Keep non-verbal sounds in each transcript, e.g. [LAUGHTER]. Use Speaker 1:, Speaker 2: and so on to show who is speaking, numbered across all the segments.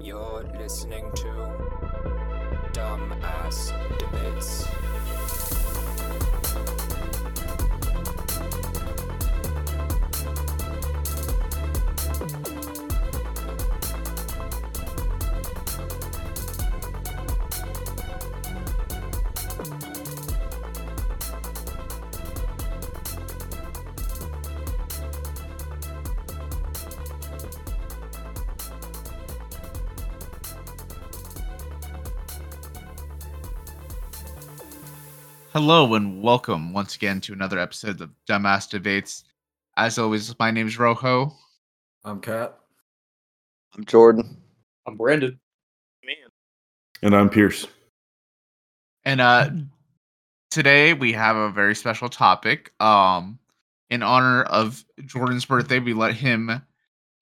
Speaker 1: You're listening to Dumbass Debates.
Speaker 2: Hello and welcome once again to another episode of Dumbass Debates. As always, my name's Rojo.
Speaker 3: I'm Kat.
Speaker 4: I'm Jordan.
Speaker 5: I'm Brandon.
Speaker 6: And I'm Pierce.
Speaker 2: And uh today we have a very special topic. Um in honor of Jordan's birthday, we let him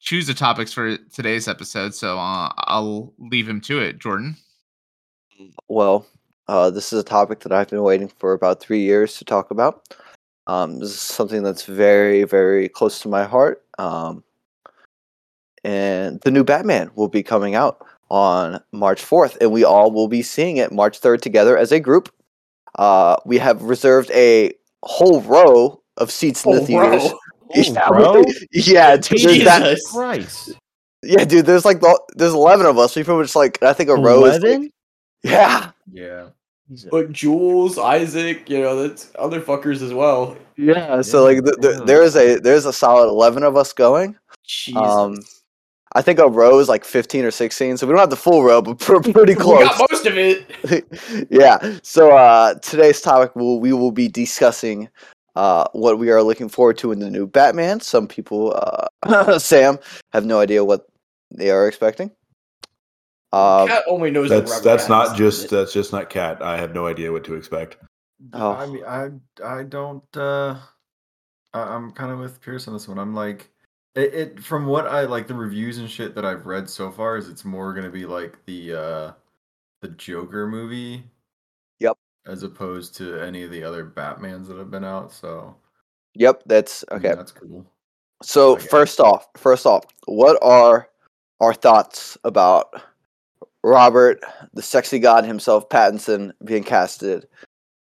Speaker 2: choose the topics for today's episode, so uh, I'll leave him to it, Jordan.
Speaker 4: Well, uh, this is a topic that I've been waiting for about three years to talk about. Um, this is something that's very, very close to my heart. Um, and the new Batman will be coming out on March 4th, and we all will be seeing it March 3rd together as a group. Uh, we have reserved a whole row of seats
Speaker 5: Oh,
Speaker 4: in the theaters. yeah,
Speaker 6: row?
Speaker 4: [LAUGHS] yeah, dude, there's that-
Speaker 5: Jesus.
Speaker 6: Christ.
Speaker 4: yeah, dude. There's like the, there's eleven of us. We pretty much like I think a row is like, yeah,
Speaker 3: Yeah.
Speaker 5: But Jules, Isaac, you know, that's other fuckers as well.
Speaker 4: Yeah, so like th- th-
Speaker 6: yeah.
Speaker 4: there is a there's a solid eleven of us going.
Speaker 5: Jesus.
Speaker 4: Um, I think a row is like fifteen or sixteen, so we don't have the full row, but [LAUGHS] pr- pretty
Speaker 5: We
Speaker 4: close.
Speaker 5: got most of it.
Speaker 4: [LAUGHS] yeah. So uh, today's topic will we will be discussing uh, what we are looking forward to in the new Batman. Some people, uh, [LAUGHS] Sam, have no idea what they are expecting. Uh,
Speaker 5: Cat only knows the
Speaker 6: That's
Speaker 5: rubber
Speaker 6: that's
Speaker 5: bands.
Speaker 6: not just uh, that's just not cat. I have no idea what to expect.
Speaker 4: Oh.
Speaker 3: I mean, I I don't. Uh, I, I'm kind of with Pierce on this one. I'm like, it, it from what I like the reviews and shit that I've read so far is it's more gonna be like the uh the Joker movie.
Speaker 4: Yep.
Speaker 3: As opposed to any of the other Batmans that have been out. So
Speaker 4: yep, that's
Speaker 3: I mean,
Speaker 4: okay.
Speaker 3: that's cool.
Speaker 5: Oh,
Speaker 4: So
Speaker 3: Okay.
Speaker 4: first off, first off, what are our thoughts about Robert, the sexy god himself, Pattinson, being casted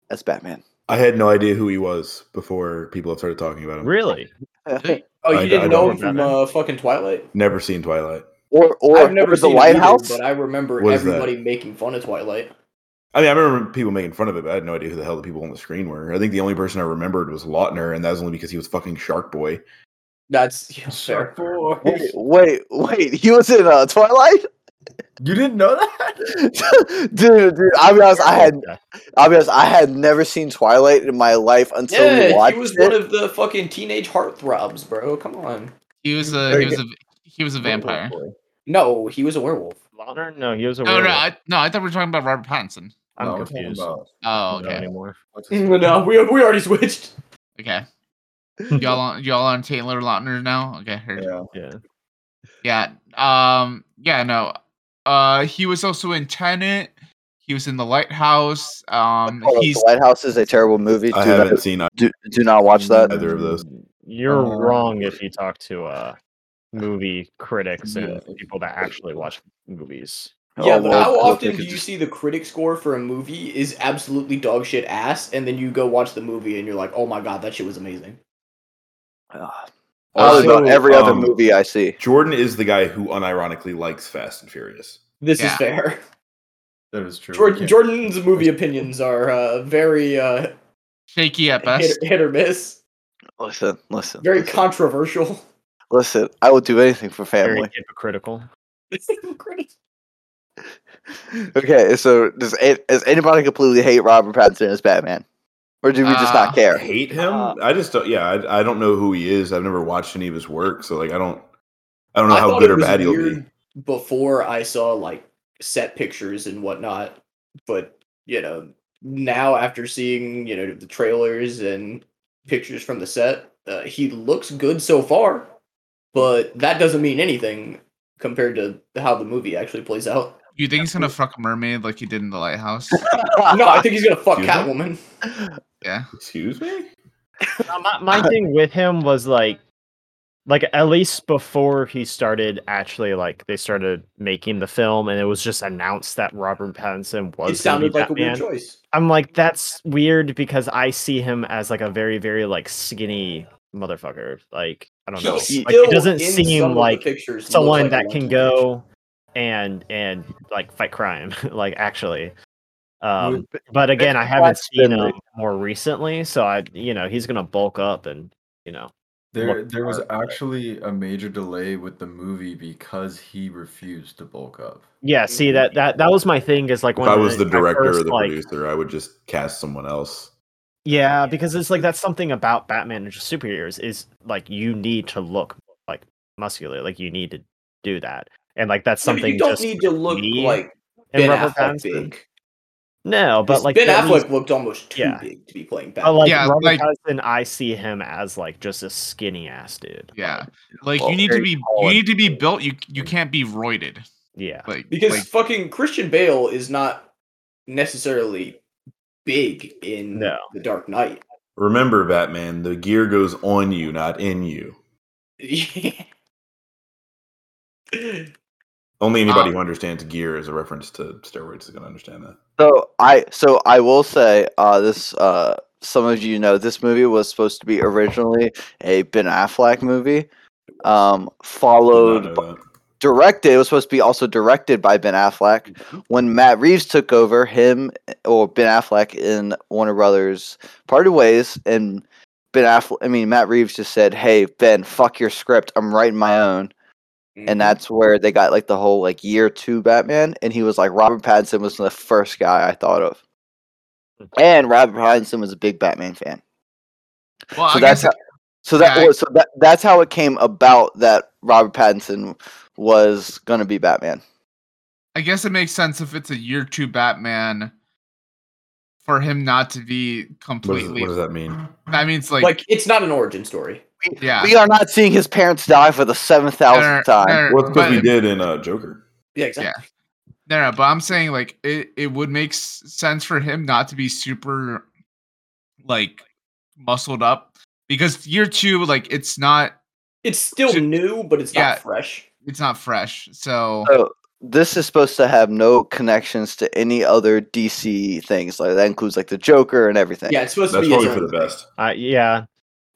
Speaker 4: as Batman?
Speaker 6: I had no idea who he was before people have started talking about him.
Speaker 7: Really?
Speaker 5: Oh, you
Speaker 6: I-
Speaker 5: didn't
Speaker 6: I
Speaker 5: know
Speaker 6: don't
Speaker 5: him
Speaker 7: know
Speaker 5: from
Speaker 7: that.
Speaker 5: uh, fucking Twilight?
Speaker 6: Never seen Twilight.
Speaker 4: [LAUGHS] or or,
Speaker 5: I've never
Speaker 4: or the
Speaker 5: seen it
Speaker 4: White
Speaker 5: either,
Speaker 4: House?
Speaker 5: but I remember
Speaker 6: What is that?
Speaker 5: everybody making fun of Twilight.
Speaker 6: I mean, I remember people making fun of it, but I had no idea who the hell the people on the screen were. I think the only person I remembered was Lautner, and that was only because he was fucking Shark Boy.
Speaker 5: That's [LAUGHS] yeah, fair.
Speaker 4: Wait, wait, wait! He was in uh, Twilight, [LAUGHS]
Speaker 3: You didn't know that?
Speaker 4: dude, dude. I'll be honest. I had, I'll be honest. I had never seen Twilight in my life until we
Speaker 5: Yeah,
Speaker 4: watched
Speaker 5: he was
Speaker 4: it.
Speaker 5: one of the fucking teenage heartthrobs, bro. Come on.
Speaker 2: He was a he was a he was a vampire. Oh,
Speaker 5: No, he was a werewolf.
Speaker 7: Modern? No, he was a
Speaker 2: No, no,
Speaker 7: werewolf.
Speaker 2: I, no, I thought we were talking about Robert Pattinson.
Speaker 7: I'm
Speaker 3: No, we're talking
Speaker 7: confused.
Speaker 3: about-
Speaker 2: Oh,
Speaker 7: Not
Speaker 2: okay,
Speaker 7: anymore.
Speaker 3: what's his name?
Speaker 5: [LAUGHS] [LAUGHS] no, we, we already switched.
Speaker 2: okay. Y'all on y'all on Taylor Lautner now? Okay, heard.
Speaker 3: Yeah.
Speaker 7: Yeah.
Speaker 2: Yeah. Um. Yeah. No. Uh. He was also in Tenet. He was in The Lighthouse. Um.
Speaker 4: Oh,
Speaker 2: He's
Speaker 4: the White House is a terrible movie.
Speaker 6: I
Speaker 4: Do not-
Speaker 6: haven't seen uh,
Speaker 4: do, do not watch that.
Speaker 6: either of those.
Speaker 7: Mm, You're
Speaker 3: Uh,
Speaker 7: wrong if you talk to uh, movie critics
Speaker 3: Yeah.
Speaker 7: and people that actually watch movies.
Speaker 5: yeah,
Speaker 4: Oh,
Speaker 5: but
Speaker 4: well,
Speaker 5: how
Speaker 4: well,
Speaker 5: often
Speaker 4: they
Speaker 5: do
Speaker 4: could
Speaker 5: you
Speaker 4: just-
Speaker 5: see the critic score for a movie is absolutely dog shit ass, and then you go watch the movie and you're like, oh my god, that shit was amazing.
Speaker 4: Ah. Probably
Speaker 6: Also,
Speaker 4: about every other
Speaker 6: um,
Speaker 4: movie I see.
Speaker 6: Jordan is the guy who unironically likes Fast and Furious.
Speaker 5: This
Speaker 2: Yeah.
Speaker 5: is fair.
Speaker 3: That is true. we
Speaker 5: Jordan,
Speaker 3: can't-
Speaker 5: Jordan's movie opinions are uh, very uh,
Speaker 2: shaky at
Speaker 5: hit,
Speaker 2: best.
Speaker 5: hit or miss,
Speaker 4: Listen, listen,
Speaker 5: very
Speaker 4: listen,
Speaker 5: controversial.
Speaker 4: listen. I will do anything for
Speaker 7: Very
Speaker 4: family. [LAUGHS]
Speaker 7: hypocritical.
Speaker 4: Okay, so does a- does anybody completely hate Robert Pattinson as Batman, or do we just
Speaker 2: Uh,
Speaker 4: not
Speaker 6: Ah, I
Speaker 4: care?
Speaker 6: hate him.
Speaker 4: Uh,
Speaker 6: I just don't. Yeah, I, I don't know who he is. I've never watched any of his work, so like I don't. I don't know
Speaker 5: I
Speaker 6: how
Speaker 5: thought
Speaker 6: good
Speaker 5: it
Speaker 6: or
Speaker 5: was
Speaker 6: bad he'll be.
Speaker 5: weird Before I saw like set pictures and whatnot, but you know, now after seeing you know the trailers and pictures from the set, uh, he looks good so far, but that doesn't mean anything compared to how the movie actually plays out. [LAUGHS]
Speaker 2: You think he's gonna fuck a mermaid like he did in The Lighthouse?
Speaker 5: No, I think he's gonna fuck
Speaker 6: Excuse me?
Speaker 5: Catwoman.
Speaker 2: Yeah.
Speaker 6: Excuse me.
Speaker 7: Uh, my, my thing with him was like like at least before he started actually like they started making the film and it was just announced that Robert Pattinson was
Speaker 5: it sounded like a
Speaker 7: Batman.
Speaker 5: weird choice.
Speaker 7: I'm like that's weird because I see him as like a very very like skinny motherfucker. Like I don't know.
Speaker 5: He's
Speaker 7: Like, it
Speaker 5: still
Speaker 7: doesn't
Speaker 5: in some of
Speaker 7: seem
Speaker 5: the
Speaker 7: like
Speaker 5: pictures looks
Speaker 7: someone
Speaker 5: like a
Speaker 7: that
Speaker 5: lot
Speaker 7: can
Speaker 5: of-
Speaker 7: go and and like fight crime [LAUGHS] like actually um b- but again i
Speaker 4: Mitch
Speaker 7: haven't seen
Speaker 4: Watson,
Speaker 7: him
Speaker 4: like-
Speaker 7: more recently so i you know he's gonna bulk up and you know
Speaker 3: There,
Speaker 7: look
Speaker 3: there was
Speaker 7: hard, but-
Speaker 3: actually a major delay with the movie because he refused to bulk up. [LAUGHS]
Speaker 7: yeah see that that that was my thing is like
Speaker 6: If
Speaker 7: when
Speaker 6: I was the
Speaker 7: I
Speaker 6: director or
Speaker 7: first,
Speaker 6: the
Speaker 7: like,
Speaker 6: producer, I would just cast someone else.
Speaker 7: yeah because it's like that's something about batman and just superheroes is like you need to look like muscular like you need to do that and like that's
Speaker 5: Yeah, but
Speaker 7: something
Speaker 5: you don't
Speaker 7: just
Speaker 5: need to look
Speaker 7: me
Speaker 5: like
Speaker 7: in
Speaker 5: Ben
Speaker 7: Robert
Speaker 5: Affleck
Speaker 7: Pattinson.
Speaker 5: big.
Speaker 7: no but like
Speaker 5: Ben
Speaker 7: at least-
Speaker 5: Affleck looked almost too
Speaker 7: Yeah.
Speaker 5: big to be playing
Speaker 7: But
Speaker 5: Batman.
Speaker 7: like
Speaker 2: Yeah,
Speaker 7: Robert
Speaker 2: like-
Speaker 7: Pattinson, I see him as like just a skinny ass dude.
Speaker 2: Yeah, like
Speaker 4: Well,
Speaker 2: you need to
Speaker 4: very
Speaker 2: be
Speaker 4: tall
Speaker 2: you
Speaker 4: and
Speaker 2: need to be
Speaker 4: big.
Speaker 2: built. You you can't be roided.
Speaker 7: Yeah.
Speaker 2: Like
Speaker 5: because
Speaker 2: like,
Speaker 5: fucking Christian Bale is not necessarily big in
Speaker 7: No.
Speaker 5: The Dark
Speaker 7: [LAUGHS]
Speaker 5: Knight.
Speaker 6: Remember, Batman, the gear goes on you, not in you.
Speaker 5: Mm.
Speaker 6: Only anybody
Speaker 2: Um,
Speaker 6: who understands gear as a reference to steroids is going to understand that.
Speaker 4: So I so I will say uh, this. Uh, some of you know this movie was supposed to be originally a Ben Affleck movie, um,
Speaker 6: Did
Speaker 4: followed
Speaker 6: not know that.
Speaker 4: directed. It was supposed to be also directed by Ben Affleck.
Speaker 2: Mm-hmm.
Speaker 4: When Matt Reeves took over, him or Ben Affleck in Warner Brothers parted ways, and Ben Affleck. I mean, Matt Reeves just said, "Hey Ben, fuck your script. I'm writing my own."
Speaker 2: Mm-hmm.
Speaker 4: and that's where they got like the whole like year two Batman, and he was like Robert Pattinson was the first guy I thought of,
Speaker 2: Mm-hmm.
Speaker 4: and Robert Pattinson was a big Batman fan,
Speaker 2: well,
Speaker 4: so
Speaker 2: I
Speaker 4: that's
Speaker 2: guess
Speaker 4: how, so that
Speaker 2: yeah, I-
Speaker 4: was so that that's how it came about that Robert Pattinson was gonna be Batman.
Speaker 2: I guess it makes sense if it's a year two Batman for him not to be
Speaker 6: What, is,
Speaker 2: completely.
Speaker 6: what does that mean?
Speaker 2: that means like,
Speaker 5: like, it's not an origin story.
Speaker 2: yeah.
Speaker 4: We are not seeing his parents die for the seven thousandth
Speaker 2: No, no,
Speaker 4: time.
Speaker 2: no,
Speaker 6: Well, because
Speaker 2: but-
Speaker 6: we did in uh, Joker.
Speaker 5: Yeah, exactly.
Speaker 2: No, no, but I'm saying like it, it would make s- sense for him not to be super like muscled up because year two, like it's not
Speaker 5: It's still
Speaker 2: So-
Speaker 5: new, but it's
Speaker 2: yeah.
Speaker 5: not fresh.
Speaker 2: it's not fresh. So
Speaker 4: So this is supposed to have no connections to any other DC things. Like that includes like the Joker and everything.
Speaker 5: Yeah, it's supposed
Speaker 6: That's
Speaker 5: to be.
Speaker 6: probably
Speaker 5: its
Speaker 6: for the
Speaker 5: own-
Speaker 6: best.
Speaker 7: Uh, yeah.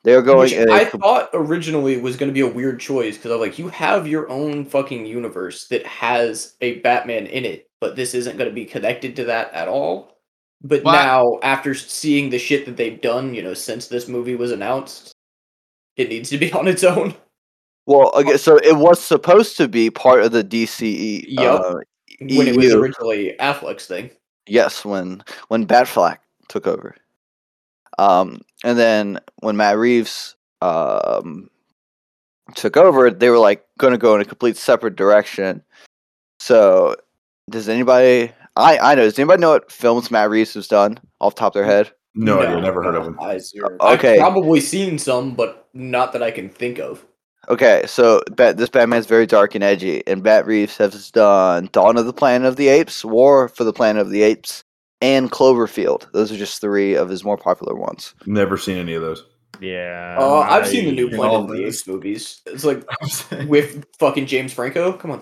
Speaker 4: They're going.
Speaker 5: Which
Speaker 4: in a
Speaker 5: I
Speaker 4: com-
Speaker 5: thought originally was going to be a weird choice because I was like, you have your own fucking universe that has a Batman in it, but this isn't going to be connected to that at all. But
Speaker 2: Well, I-
Speaker 5: now, after seeing the shit that they've done, you know, since this movie was announced, it needs to be [LAUGHS] on its own.
Speaker 4: Well, okay, so it was supposed to be part of the DCE.
Speaker 5: Yep.
Speaker 4: uh,
Speaker 5: when it was
Speaker 4: EU.
Speaker 5: originally Affleck's thing.
Speaker 4: yes, when when Batflack took over, um, and then when Matt Reeves um, took over, they were like going to go in a complete separate direction. So, does anybody? I I know. Does anybody know what films Matt Reeves has done off the top of their head?
Speaker 6: No,
Speaker 5: No.
Speaker 6: idea. Never heard of him.
Speaker 5: I,
Speaker 4: Uh, Okay.
Speaker 5: have probably seen some, but not that I can think of.
Speaker 4: Okay, so Bat- this Batman's very dark and edgy, and Bat Reeves has done Dawn of the Planet of the Apes, War for the Planet of the Apes, and Cloverfield. Those are just three of his more popular ones.
Speaker 6: Never seen any of those.
Speaker 7: Yeah.
Speaker 5: Uh, I've seen the new
Speaker 3: I-
Speaker 5: Planet of the Apes movies. It's like with fucking James Franco. Come on.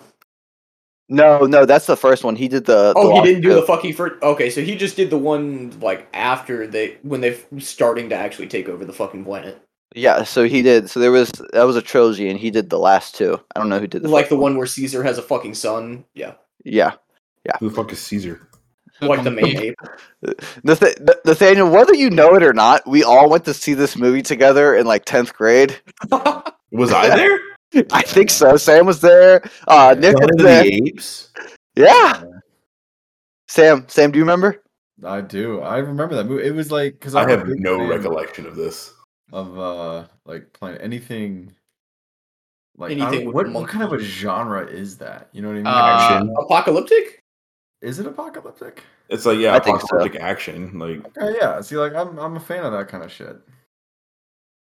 Speaker 4: No, no, that's the first one. He did the.
Speaker 5: Oh,
Speaker 4: the
Speaker 5: he
Speaker 4: Lost
Speaker 5: didn't do the
Speaker 4: Hill.
Speaker 5: fucking first. Okay, so he just did the one like after they when they are starting to actually take over the fucking planet,
Speaker 4: yeah, so he did. So there was that was a trilogy, and he did the last two. I don't know who did the
Speaker 5: like
Speaker 4: first
Speaker 5: the one where Caesar has a fucking son. Yeah,
Speaker 4: Yeah,
Speaker 6: Who the fuck is Caesar?
Speaker 5: like the main ape.
Speaker 4: the th- Nathaniel. Whether you know it or not, we all went to see this movie together in like tenth grade. [LAUGHS]
Speaker 6: Was I there?
Speaker 4: I think so. Sam was there. Uh, Nick was there.
Speaker 6: Apes.
Speaker 4: Yeah, Sam. Sam, do you remember?
Speaker 3: I do. I remember that movie. It was like because
Speaker 6: I have no recollection of this.
Speaker 3: of uh like playing anything. Like I don't-
Speaker 5: Anything with
Speaker 3: what what kind of a
Speaker 5: monkeys.
Speaker 3: genre is that? You know what I mean?
Speaker 2: Uh,
Speaker 6: Action.
Speaker 5: [LAUGHS] Apocalyptic?
Speaker 3: is it apocalyptic?
Speaker 6: it's like yeah,
Speaker 4: I think so.
Speaker 6: apocalyptic action. Like
Speaker 3: Okay, yeah. See, like I'm I'm a fan of that kind of shit.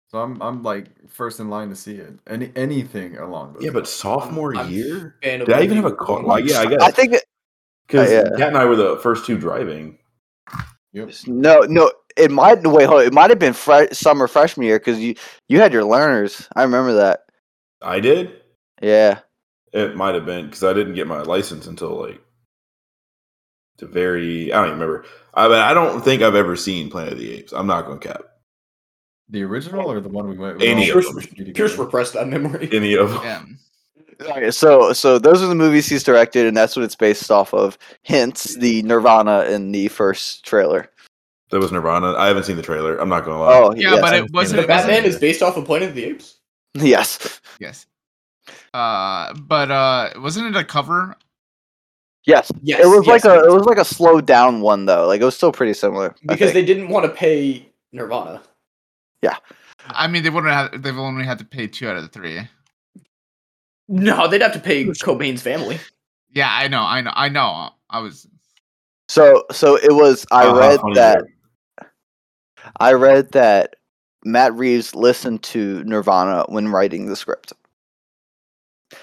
Speaker 3: So I'm I'm like first in line to see it. Any anything along those.
Speaker 6: yeah, but sophomore
Speaker 5: I'm
Speaker 6: year.
Speaker 5: fan of
Speaker 6: Did I
Speaker 5: the
Speaker 6: even have a
Speaker 5: new
Speaker 6: car?
Speaker 5: one.
Speaker 6: Like, yeah, I guess.
Speaker 4: I think that-
Speaker 6: Because
Speaker 4: Yeah.
Speaker 6: Kat and I were the first two driving.
Speaker 3: lines. Yep.
Speaker 4: no, no. It might wait. Hold. on, It might have been fre- summer freshman year because you you had your learners. I remember that.
Speaker 6: I did.
Speaker 4: Yeah.
Speaker 6: It might have been because I didn't get my license until like the very. I don't even remember. I mean, I don't think I've ever seen Planet of the Apes. I'm not going to cap
Speaker 3: The original or the one we went
Speaker 6: Any
Speaker 3: all
Speaker 6: of
Speaker 3: the
Speaker 6: them.
Speaker 3: community
Speaker 5: Pierce
Speaker 3: together?
Speaker 5: repressed that memory.
Speaker 6: any of [LAUGHS]
Speaker 2: Yeah.
Speaker 6: them.
Speaker 4: Okay, so so those are the movies he's directed, and that's what it's based off of. Hence the Nirvana in the first trailer. [LAUGHS]
Speaker 6: There was Nirvana. I haven't seen the trailer. I'm not going to lie.
Speaker 4: Oh,
Speaker 2: Yeah,
Speaker 4: yes.
Speaker 2: but
Speaker 6: I've
Speaker 2: it
Speaker 6: seen
Speaker 2: wasn't.
Speaker 5: [LAUGHS]
Speaker 6: it.
Speaker 5: The
Speaker 2: it wasn't-
Speaker 5: Batman is based off of Planet of the Apes.
Speaker 4: yes,
Speaker 2: Yes. Uh, but uh, wasn't it a cover?
Speaker 4: yes.
Speaker 5: Yes,
Speaker 4: It was like
Speaker 5: yes,
Speaker 4: a
Speaker 5: yes.
Speaker 4: it was like a slowed down one though. Like it was still pretty similar. I
Speaker 5: because
Speaker 4: think.
Speaker 5: they didn't want to pay Nirvana.
Speaker 2: I mean, they wouldn't have. They've only had to pay two out of the three.
Speaker 5: No, they'd have to pay Cobain's family.
Speaker 2: Yeah, I know, I know, I know. I was.
Speaker 4: so so it was. I
Speaker 6: Uh-huh,
Speaker 4: read
Speaker 6: funny
Speaker 4: that I read that Matt Reeves listened to Nirvana when writing the script.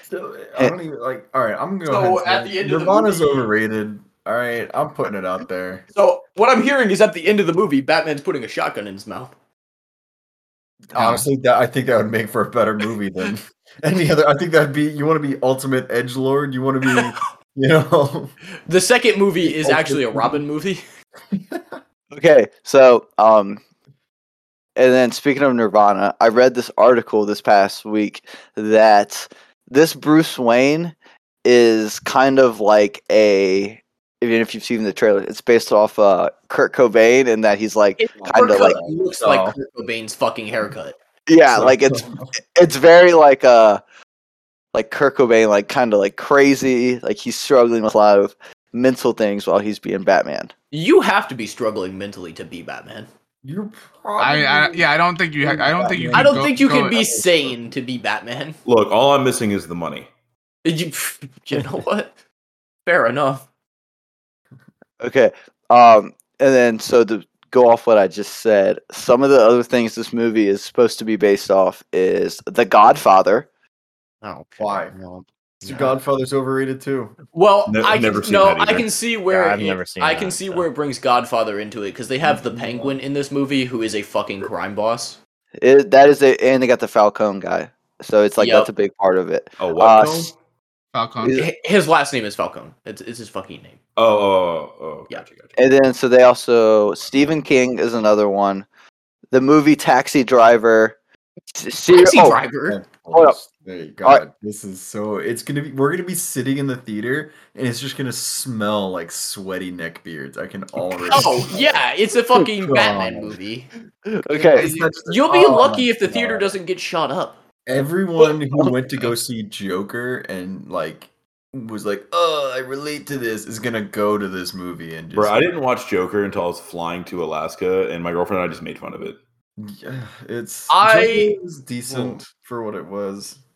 Speaker 3: So,
Speaker 4: Eh,
Speaker 3: I don't even like. All right, I'm going.
Speaker 5: So,
Speaker 3: So
Speaker 5: at the end of the
Speaker 3: Nirvana's
Speaker 5: movie-
Speaker 3: overrated. All right, I'm putting it out
Speaker 5: [LAUGHS]
Speaker 3: there.
Speaker 5: So what I'm hearing is at the end of the movie, Batman's putting a shotgun in his mouth.
Speaker 3: Honestly, that I think that would make for a better movie than [LAUGHS] any other. I think that'd be you want to be ultimate edge lord. You want to
Speaker 5: [LAUGHS]
Speaker 3: be, you know,
Speaker 5: The second movie is
Speaker 3: Oh,
Speaker 5: actually a
Speaker 3: good.
Speaker 5: Robin movie.
Speaker 4: Okay, so um, and then speaking of Nirvana, I read this article this past week that this Bruce Wayne is kind of like a. Even if you've seen the trailer, it's based off uh, Kurt Cobain, and that he's like,
Speaker 5: It
Speaker 4: Kinda like-
Speaker 5: looks
Speaker 3: Oh.
Speaker 5: like Kurt Cobain's fucking haircut.
Speaker 4: yeah,
Speaker 3: [LAUGHS]
Speaker 4: like it's eh. it's very like uh like Kurt Cobain, like kind of like crazy, like he's struggling with a lot of mental things while he's being Batman.
Speaker 5: You have to be struggling mentally to be Batman.
Speaker 3: you're
Speaker 2: I,
Speaker 3: probably.
Speaker 2: I yeah, I don't think you. ha- I don't think you.
Speaker 5: I
Speaker 2: can
Speaker 5: don't
Speaker 2: go-
Speaker 5: think you
Speaker 2: go-
Speaker 5: can be sane to be Batman. [LAUGHS]
Speaker 6: Look, all I'm missing is the money.
Speaker 5: You, you know what? Fair enough.
Speaker 4: Okay. Um, and then so to go off what I just said, some of the other things this movie is supposed to be based off is The Godfather.
Speaker 5: Oh,
Speaker 3: Why?
Speaker 5: No.
Speaker 3: So Godfather's overrated too.
Speaker 5: Well,
Speaker 6: Ne-
Speaker 5: I
Speaker 6: I've
Speaker 5: can,
Speaker 6: never seen
Speaker 5: no,
Speaker 6: that
Speaker 5: I
Speaker 6: either.
Speaker 5: can see where
Speaker 7: Yeah, I've
Speaker 5: it-
Speaker 7: never seen
Speaker 5: I can
Speaker 7: that,
Speaker 5: see
Speaker 7: so.
Speaker 5: where it brings Godfather into it because they have the Penguin in this movie, who is a fucking crime boss.
Speaker 4: It, that is a, and they got the Falcone guy. So it's like
Speaker 5: Yep.
Speaker 4: that's a big part of it.
Speaker 6: Oh,
Speaker 4: Uh,
Speaker 6: what? film?
Speaker 4: s-
Speaker 2: Falcon.
Speaker 4: Yeah.
Speaker 5: H- His last name is Falcon. It's, it's his fucking name.
Speaker 6: oh, oh, oh, oh, gotcha, gotcha.
Speaker 4: And then so they also Stephen King is another one. The movie Taxi Driver. s- ser-
Speaker 5: Taxi
Speaker 4: oh,
Speaker 5: driver.
Speaker 4: Hold up.
Speaker 3: Thank God, this is so. It's gonna be. We're gonna be sitting in the theater, and it's just gonna smell like sweaty neck beards. I can already.
Speaker 5: Oh yeah, it's a fucking
Speaker 3: God.
Speaker 5: Batman movie.
Speaker 4: Okay.
Speaker 3: It's not just-
Speaker 5: You'll be
Speaker 3: oh
Speaker 5: lucky
Speaker 3: my
Speaker 5: if the theater
Speaker 3: God.
Speaker 5: doesn't get shot up.
Speaker 3: Everyone
Speaker 6: [LAUGHS]
Speaker 3: who went to go see Joker and like was like, "Oh, I relate to this," is gonna go to this movie and just.
Speaker 6: Bro, I didn't watch Joker until I was flying to Alaska, and my girlfriend and I just made fun
Speaker 2: [LAUGHS]
Speaker 6: of it.
Speaker 3: Yeah, It's.
Speaker 5: I-
Speaker 3: Joker was decent for what it was. [LAUGHS]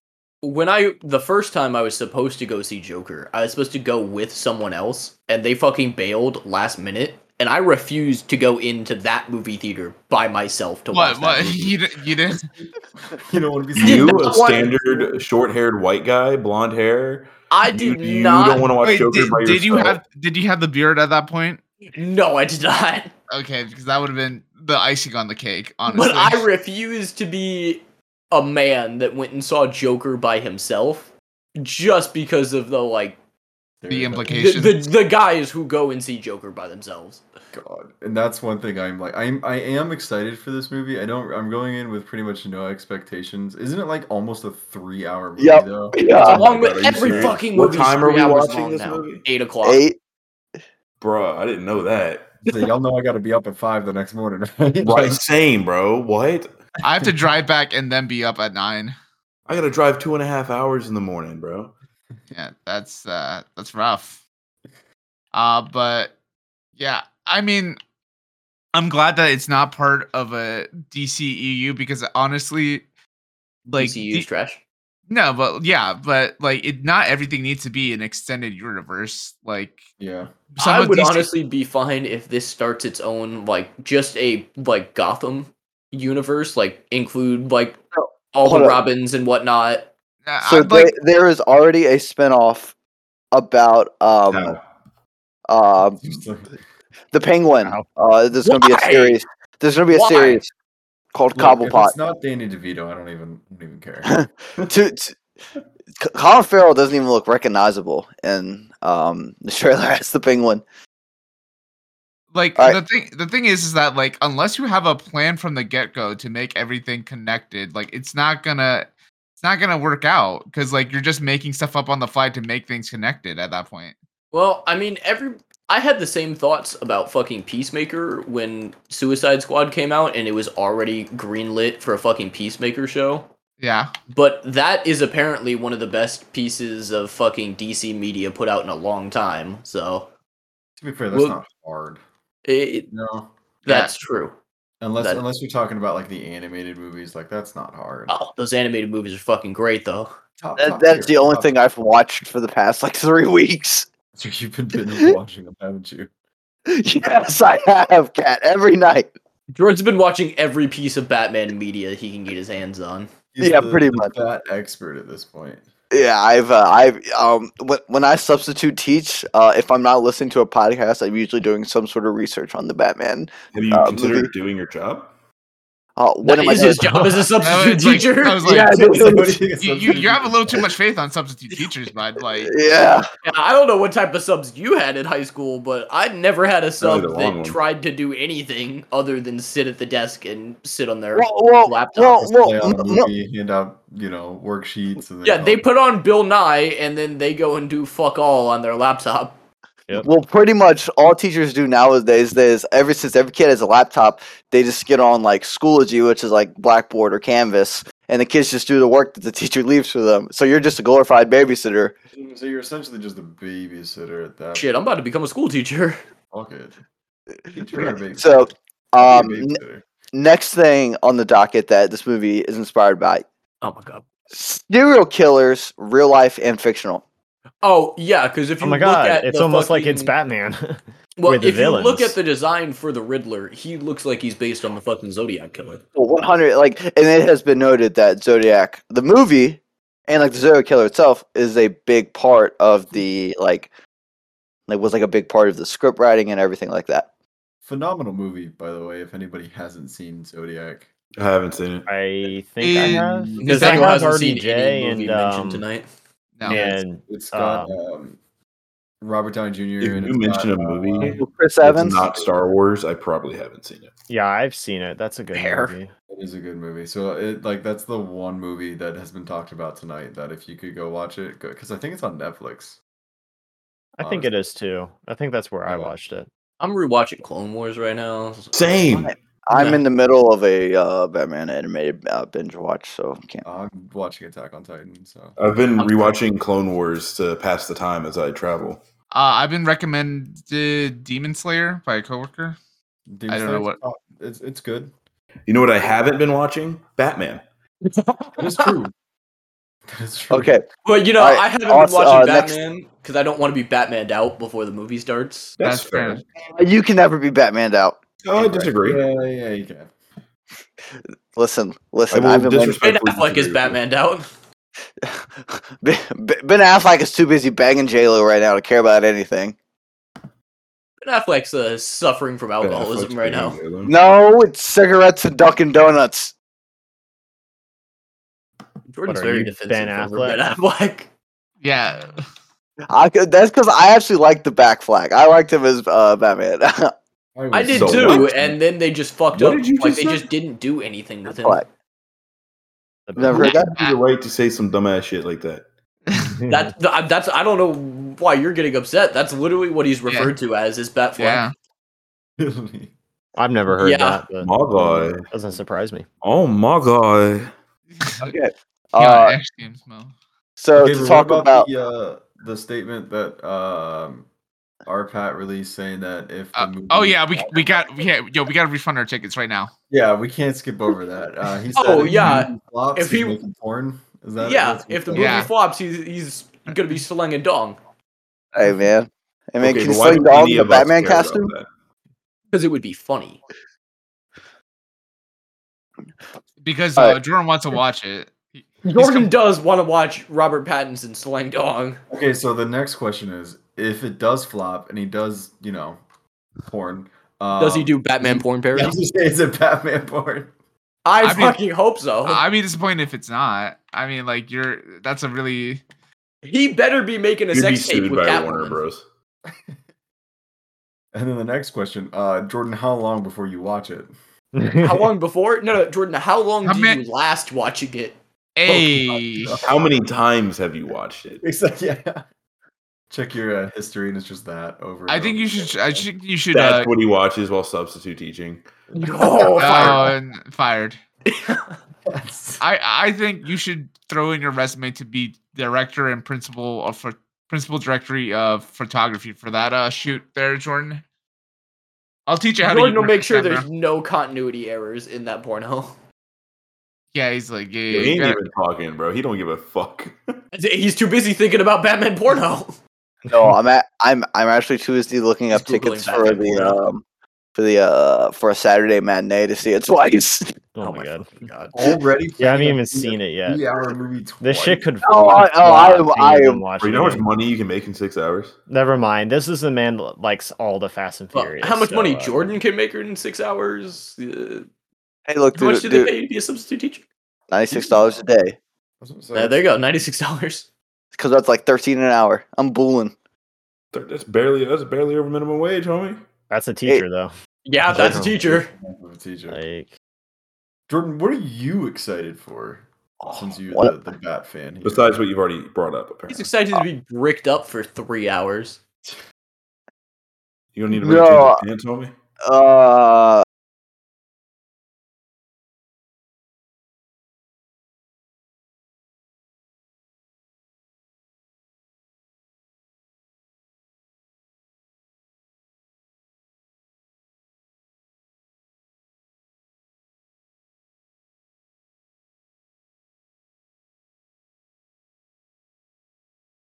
Speaker 5: When I the first time I was supposed to go see Joker, I was supposed to go with someone else, and they fucking bailed last minute, and I refused to go into that movie theater by myself to watch
Speaker 2: What? What? [LAUGHS]
Speaker 5: that movie.
Speaker 2: You, di- you didn't.
Speaker 3: You don't want to be.
Speaker 6: You,
Speaker 5: not
Speaker 6: a
Speaker 5: want-
Speaker 6: standard short-haired white guy, blonde hair.
Speaker 5: I
Speaker 6: you,
Speaker 5: did
Speaker 6: you
Speaker 5: not.
Speaker 6: don't want to watch
Speaker 2: Wait,
Speaker 6: Joker
Speaker 2: did,
Speaker 6: by
Speaker 2: did you
Speaker 6: yourself.
Speaker 2: have? Did you have the beard at that point?
Speaker 5: No, I did not. [LAUGHS]
Speaker 2: Okay, because that would have been the icing on the cake. Honestly,
Speaker 5: But I refused to be a man that went and saw Joker by himself just because of the like
Speaker 2: the
Speaker 5: the,
Speaker 2: implications.
Speaker 5: the, the guys who go and see Joker by themselves.
Speaker 3: God, and that's one thing I'm like I'm I am excited for this movie. I don't I'm going in with pretty much no expectations. Isn't it like almost a three hour movie
Speaker 4: Yep.
Speaker 3: though?
Speaker 4: Yeah.
Speaker 5: Along
Speaker 6: my
Speaker 5: with
Speaker 6: God, are Uh, you
Speaker 5: every
Speaker 6: serious?
Speaker 5: fucking
Speaker 6: What
Speaker 5: movie.
Speaker 6: time
Speaker 5: three
Speaker 6: are we
Speaker 5: hours
Speaker 6: watching
Speaker 5: long
Speaker 6: this
Speaker 5: now.
Speaker 6: movie?
Speaker 5: Eight o'clock.
Speaker 4: Eight.
Speaker 6: Bro, I didn't know that.
Speaker 3: So y'all know I got to be up at five the next morning, [LAUGHS] right?
Speaker 6: Right,
Speaker 3: Like,
Speaker 6: same, bro. What?
Speaker 2: [LAUGHS] I have to drive back and then be up at nine.
Speaker 6: I gotta drive two and a half hours in the morning, bro.
Speaker 2: Yeah, that's uh, that's rough. Uh, but yeah, I mean, I'm glad that it's not part of a DCEU because honestly, like
Speaker 5: DCU
Speaker 2: D-
Speaker 5: E is trash.
Speaker 2: No, but yeah, but like it not everything needs to be an extended universe. Like
Speaker 6: [LAUGHS]
Speaker 3: yeah.
Speaker 2: some
Speaker 5: I
Speaker 2: of
Speaker 5: would
Speaker 2: these-
Speaker 5: honestly be fine if this starts its own like just a like Gotham universe, like include like
Speaker 4: No,
Speaker 5: all the
Speaker 4: Oh, hold up.
Speaker 5: Robins and whatnot.
Speaker 2: uh,
Speaker 4: So
Speaker 2: I'd like
Speaker 4: there, there is already a spinoff about um
Speaker 6: Now,
Speaker 4: um
Speaker 3: Just like-
Speaker 4: The Penguin.
Speaker 7: Wow.
Speaker 4: Uh, there's going to be a
Speaker 5: Why?
Speaker 4: series. There's going to be a
Speaker 5: Why?
Speaker 4: series called
Speaker 3: Look, if
Speaker 4: Cobblepot.
Speaker 3: It's not Danny DeVito. I don't even I don't even
Speaker 4: [LAUGHS]
Speaker 3: care.
Speaker 4: to, to, C- Colin Farrell doesn't even look recognizable in um, the trailer [LAUGHS] as the penguin.
Speaker 2: like
Speaker 4: Alright.
Speaker 2: the thing the thing is is that like unless you have a plan from the get-go to make everything connected like it's not gonna it's not gonna work out because like you're just making stuff up on the fly to make things connected at that point
Speaker 5: Well, I mean, every I had the same thoughts about fucking Peacemaker when Suicide Squad came out and it was already greenlit for a fucking Peacemaker show.
Speaker 2: yeah
Speaker 5: But that is apparently one of the best pieces of fucking DC media put out in a long time. So
Speaker 3: to be fair, that's
Speaker 5: Well-
Speaker 3: not hard.
Speaker 5: it,
Speaker 3: No,
Speaker 5: that's true.
Speaker 3: unless
Speaker 5: That-
Speaker 3: unless you're talking about like the animated movies, like that's not hard.
Speaker 5: Oh, those animated movies are fucking great though.
Speaker 3: Top-
Speaker 4: Uh, That,
Speaker 3: top
Speaker 4: that's
Speaker 3: tier,
Speaker 4: the only
Speaker 3: top
Speaker 4: thing
Speaker 3: tier.
Speaker 4: I've watched for the past like three weeks. [LAUGHS]
Speaker 3: So [LAUGHS] you've been binge watching them, haven't you?
Speaker 4: Yes, I have, Cat, every night.
Speaker 5: Jordan's been watching every piece of Batman media he can get his hands on.
Speaker 4: Yeah, pretty much.
Speaker 3: That expert at this
Speaker 4: [LAUGHS]
Speaker 3: point.
Speaker 4: Yeah, I've uh, I've um when, when I substitute teach, uh, if I'm not listening to a podcast, I'm usually doing some sort of research on the Batman.
Speaker 6: Have you
Speaker 4: Uh,
Speaker 6: considered
Speaker 4: movie.
Speaker 6: doing your job?
Speaker 4: Uh, what
Speaker 5: That
Speaker 4: am I
Speaker 5: is
Speaker 4: doing?
Speaker 5: his job as a
Speaker 2: I
Speaker 5: substitute
Speaker 2: was like-
Speaker 5: teacher?
Speaker 2: I was like,
Speaker 4: Yeah,
Speaker 3: [LAUGHS]
Speaker 2: you, you, you have a
Speaker 4: [LAUGHS]
Speaker 2: little too much faith on substitute teachers bud like
Speaker 4: Yeah,
Speaker 5: [LAUGHS] Yeah, I don't know what type of subs you had in high school, but I never had a sub
Speaker 6: the
Speaker 5: that
Speaker 6: long one.
Speaker 5: tried to do anything other than sit at the desk and sit on their
Speaker 4: well, well,
Speaker 5: laptop.
Speaker 4: well,
Speaker 3: Play
Speaker 4: well,
Speaker 3: out a
Speaker 4: m- m-
Speaker 3: movie, hand out you know worksheets. And then
Speaker 5: yeah, they
Speaker 3: help.
Speaker 5: put on Bill Nye and then they go and do fuck all on their laptop.
Speaker 4: Well, pretty much all teachers do nowadays is ever since every kid has a laptop, they just get on like Schoology, which is like Blackboard or Canvas, and the kids just do the work that the [LAUGHS] teacher leaves for them. So you're just a glorified babysitter.
Speaker 3: [LAUGHS] So you're essentially just a babysitter at that.
Speaker 5: Shit, I'm about to become a school teacher.
Speaker 3: Fuck
Speaker 4: [LAUGHS]
Speaker 3: it. Teacher or babysitter?
Speaker 4: So,
Speaker 3: I'll
Speaker 4: um,
Speaker 3: be a
Speaker 4: n-
Speaker 3: babysitter.
Speaker 4: next thing on the docket that this movie is inspired by:
Speaker 5: Oh my god.
Speaker 4: serial killers, real life and fictional.
Speaker 5: Oh yeah, because if you
Speaker 7: Oh my
Speaker 5: look
Speaker 7: god,
Speaker 5: at
Speaker 7: it's
Speaker 5: the
Speaker 7: almost like it's
Speaker 5: fucking-
Speaker 7: Batman. [LAUGHS]
Speaker 5: Well,
Speaker 7: with the
Speaker 5: if you look
Speaker 7: villains.
Speaker 5: at the design for the Riddler, he looks like he's based on the fucking Zodiac killer.
Speaker 4: Well, 100 like, and it has been noted that Zodiac, the movie, and like the Zodiac Killer itself is a big part of the like, like was like a big part of the script writing and everything like that.
Speaker 3: Phenomenal movie, by the way. If anybody [LAUGHS] hasn't seen Zodiac,
Speaker 6: I haven't seen it.
Speaker 7: I think I
Speaker 2: And-
Speaker 7: have.
Speaker 2: Is
Speaker 5: Because
Speaker 7: I
Speaker 2: that
Speaker 5: anyone
Speaker 7: have
Speaker 5: hasn't seen
Speaker 7: RDJ
Speaker 5: any movie
Speaker 7: and
Speaker 5: mentioned
Speaker 7: um,
Speaker 5: tonight.
Speaker 2: no
Speaker 7: and
Speaker 3: it's got um, Robert Downey Jr.
Speaker 6: If
Speaker 3: and
Speaker 6: you
Speaker 3: it's
Speaker 6: mention a
Speaker 3: got, uh,
Speaker 6: movie
Speaker 4: Chris
Speaker 6: that's
Speaker 4: Evans,
Speaker 6: not Star Wars, I probably haven't seen it.
Speaker 7: yeah, I've seen it. That's a good
Speaker 5: Fair.
Speaker 7: movie.
Speaker 3: It is a good movie. So it like that's the one movie that has been talked about tonight. That if you could go watch it, because I think it's on Netflix.
Speaker 5: Oh,
Speaker 7: I think it is too. I think that's where I
Speaker 3: Yeah.
Speaker 7: watched it.
Speaker 5: I'm rewatching Clone Wars right now.
Speaker 6: Same.
Speaker 4: I'm in the middle of a uh, Batman animated uh, binge watch, so can't.
Speaker 3: I'm watching Attack on Titan. So
Speaker 6: I've been
Speaker 5: I'm-
Speaker 6: rewatching Clone Wars to pass the time as I travel.
Speaker 2: uh, i've been recommended demon slayer by a coworker
Speaker 3: Demon
Speaker 2: I don't know
Speaker 3: Slayer's
Speaker 2: what-
Speaker 3: not- It's it's good.
Speaker 6: You know what I haven't been watching? Batman.
Speaker 3: That is true. that is true.
Speaker 4: Okay,
Speaker 5: Well, you know,
Speaker 4: Alright,
Speaker 5: I haven't
Speaker 4: also,
Speaker 5: been watching
Speaker 4: uh, next-
Speaker 5: Batman because I don't want to be Batmaned out before the movie starts.
Speaker 6: That's,
Speaker 2: That's
Speaker 6: fair.
Speaker 2: fair.
Speaker 4: you can never be Batmaned out.
Speaker 6: No, I disagree.
Speaker 3: Yeah, yeah, you can.
Speaker 4: Listen,
Speaker 6: I
Speaker 4: listen.
Speaker 6: will
Speaker 4: I've been waiting.
Speaker 5: Ben
Speaker 6: disrespectfully
Speaker 5: Affleck is
Speaker 6: disagree with you.
Speaker 5: Batmaned out.
Speaker 4: [LAUGHS] Ben Ben Affleck is too busy banging J Lo right now to care about anything.
Speaker 5: Ben Affleck's uh, suffering from
Speaker 6: Ben
Speaker 5: alcoholism
Speaker 6: Affleck's
Speaker 5: right
Speaker 6: being
Speaker 5: now.
Speaker 6: yellow.
Speaker 4: No, it's cigarettes and Dunkin' Donuts.
Speaker 5: Jordan's
Speaker 7: What are
Speaker 5: very
Speaker 7: you,
Speaker 5: defensive
Speaker 7: Ben
Speaker 5: over
Speaker 7: Affleck?
Speaker 5: Ben
Speaker 6: [LAUGHS]
Speaker 5: Affleck.
Speaker 2: yeah
Speaker 4: I, could- that's because I actually like the back flag. I liked him as uh, Batman. [LAUGHS]
Speaker 5: I
Speaker 3: was
Speaker 5: did
Speaker 6: So
Speaker 5: too,
Speaker 6: what?
Speaker 3: [LAUGHS]
Speaker 5: and then they just fucked
Speaker 6: What
Speaker 5: up.
Speaker 6: did you
Speaker 5: like
Speaker 6: just
Speaker 5: they
Speaker 6: say?
Speaker 5: just didn't do anything with him.
Speaker 4: What?
Speaker 7: The
Speaker 4: Never
Speaker 6: You
Speaker 4: heard that.
Speaker 2: [LAUGHS]
Speaker 6: have the right to say some dumbass shit like that.
Speaker 7: Batman.
Speaker 5: That th- that's I don't know why you're getting upset. That's literally what he's referred to as is Batfleck.
Speaker 2: yeah
Speaker 4: [LAUGHS]
Speaker 3: Really?
Speaker 7: I've never heard
Speaker 5: Yeah.
Speaker 7: that. But
Speaker 6: My boy.
Speaker 7: doesn't surprise me.
Speaker 6: Oh my god.
Speaker 4: okay.
Speaker 2: Yeah,
Speaker 4: Uh,
Speaker 2: X Games, Mo.
Speaker 4: so
Speaker 3: Okay,
Speaker 4: to
Speaker 3: but
Speaker 4: talk
Speaker 3: what
Speaker 4: about,
Speaker 3: the, uh, the statement that um, our Pat released saying that if the
Speaker 2: Uh, oh
Speaker 3: movie-
Speaker 2: yeah, we we got yeah yo we got to refund our tickets right now.
Speaker 3: [LAUGHS] yeah we can't skip over that. Uh, he said
Speaker 5: Oh,
Speaker 3: if the
Speaker 5: yeah,
Speaker 3: movie flops,
Speaker 5: if
Speaker 3: he's
Speaker 5: he-
Speaker 3: making porn is that
Speaker 5: yeah.
Speaker 3: that's what
Speaker 5: If the
Speaker 3: he
Speaker 5: movie
Speaker 3: said?
Speaker 2: Yeah.
Speaker 5: flops, he's he's gonna be slang a dong
Speaker 4: hey man, I mean,
Speaker 6: Okay,
Speaker 4: can
Speaker 6: but
Speaker 4: you
Speaker 6: why
Speaker 4: sling
Speaker 6: do
Speaker 4: dog
Speaker 6: any
Speaker 4: in the
Speaker 6: of us
Speaker 4: Batman
Speaker 6: care about
Speaker 4: costume?
Speaker 6: that?
Speaker 5: because it would be funny.
Speaker 2: because uh,
Speaker 4: Alright.
Speaker 2: Jordan wants to watch it. He- he's
Speaker 5: Jordan
Speaker 2: com-
Speaker 5: does want to watch Robert Pattinson slang dong.
Speaker 3: Okay, so the next question is if it does flop and he does, you know, porn. Um, [LAUGHS]
Speaker 6: Um,
Speaker 5: Does he do Batman porn
Speaker 3: I
Speaker 5: parodies?
Speaker 3: was gonna say, is it Batman porn?
Speaker 5: I,
Speaker 2: I mean-
Speaker 5: fucking hope so.
Speaker 2: I'd be disappointed if it's not. I mean, like you're. That's a really.
Speaker 5: he better be making a
Speaker 6: You'd be
Speaker 5: sex tape
Speaker 6: sued
Speaker 5: with
Speaker 6: by
Speaker 5: that
Speaker 6: Warner
Speaker 5: one.
Speaker 6: Bros.
Speaker 3: And then the next question, uh, Jordan, how long before you watch it?
Speaker 5: [LAUGHS]
Speaker 3: [LAUGHS]
Speaker 5: How long before? No, no, Jordan. How long
Speaker 2: How
Speaker 5: do
Speaker 2: many-
Speaker 5: you last
Speaker 2: [LAUGHS]
Speaker 5: watching it?
Speaker 2: Hey,
Speaker 6: How many times have you watched it?
Speaker 3: It's like, yeah. Check your uh, history, and it's just that over.
Speaker 2: I
Speaker 3: and
Speaker 2: think
Speaker 3: over
Speaker 2: you should.
Speaker 3: again.
Speaker 2: I think you should.
Speaker 6: That's
Speaker 2: Uh,
Speaker 6: what he watches while substitute teaching.
Speaker 5: No,
Speaker 2: oh, and fired. Uh,
Speaker 3: That's-
Speaker 2: I I think you should throw in your resume to be director and principal of for principal directory of photography for that uh shoot there, Jordan. I'll teach you how
Speaker 5: Jordan
Speaker 2: to
Speaker 5: will
Speaker 2: use
Speaker 5: make sure
Speaker 2: camera.
Speaker 5: there's no continuity errors in that porno. [LAUGHS]
Speaker 2: Yeah, he's like, yeah, yeah,
Speaker 6: He
Speaker 2: you
Speaker 6: ain't
Speaker 2: gotta-
Speaker 6: even talking, bro. He don't give a fuck.
Speaker 5: He's too busy thinking about Batman porno.
Speaker 4: No, I'm at, I'm I'm actually too busy looking
Speaker 5: He's
Speaker 4: up tickets
Speaker 5: Googling that
Speaker 4: for
Speaker 5: right
Speaker 4: the
Speaker 5: now.
Speaker 4: um for the uh for a Saturday matinee to see it [LAUGHS] twice.
Speaker 7: Oh, my god.
Speaker 5: fucking god.
Speaker 3: [LAUGHS] already.
Speaker 7: Yeah, I haven't
Speaker 3: planning on
Speaker 7: even
Speaker 3: seeing
Speaker 7: seen it
Speaker 3: a
Speaker 7: yet.
Speaker 3: Three-hour movie. Twice.
Speaker 7: This shit could.
Speaker 4: Oh, I- oh, I- I-
Speaker 6: Bro, you know how much money you can make in six hours?
Speaker 7: Never mind. This is the man that likes all the Fast and
Speaker 5: Well,
Speaker 7: Furious.
Speaker 5: how much
Speaker 7: so,
Speaker 5: money
Speaker 7: uh,
Speaker 5: Jordan can make her in six hours? Uh,
Speaker 4: Hey, look,
Speaker 5: how much
Speaker 4: dude,
Speaker 5: do they
Speaker 4: dude
Speaker 5: pay to be a substitute teacher?
Speaker 4: ninety six dollars a day
Speaker 3: That's what I'm
Speaker 5: Uh,
Speaker 3: saying.
Speaker 5: there you go, ninety six dollars.
Speaker 4: because that's like thirteen an hour. I'm bulling.
Speaker 6: Th- That's barely that's barely over minimum wage, homie.
Speaker 7: That's a teacher though.
Speaker 5: Yeah, that's a
Speaker 3: Yeah.
Speaker 5: teacher.
Speaker 3: Of a teacher.
Speaker 7: Like,
Speaker 3: Jordan, what are you excited for?
Speaker 5: Oh.
Speaker 3: Since you're
Speaker 4: What-
Speaker 3: the, the Bat fan, here?
Speaker 6: Besides what you've already brought up,
Speaker 5: He's
Speaker 6: apparently.
Speaker 5: excited to be bricked up for three hours.
Speaker 6: You don't need to
Speaker 4: No,
Speaker 6: make no. pants, homie.
Speaker 4: Uh,
Speaker 5: That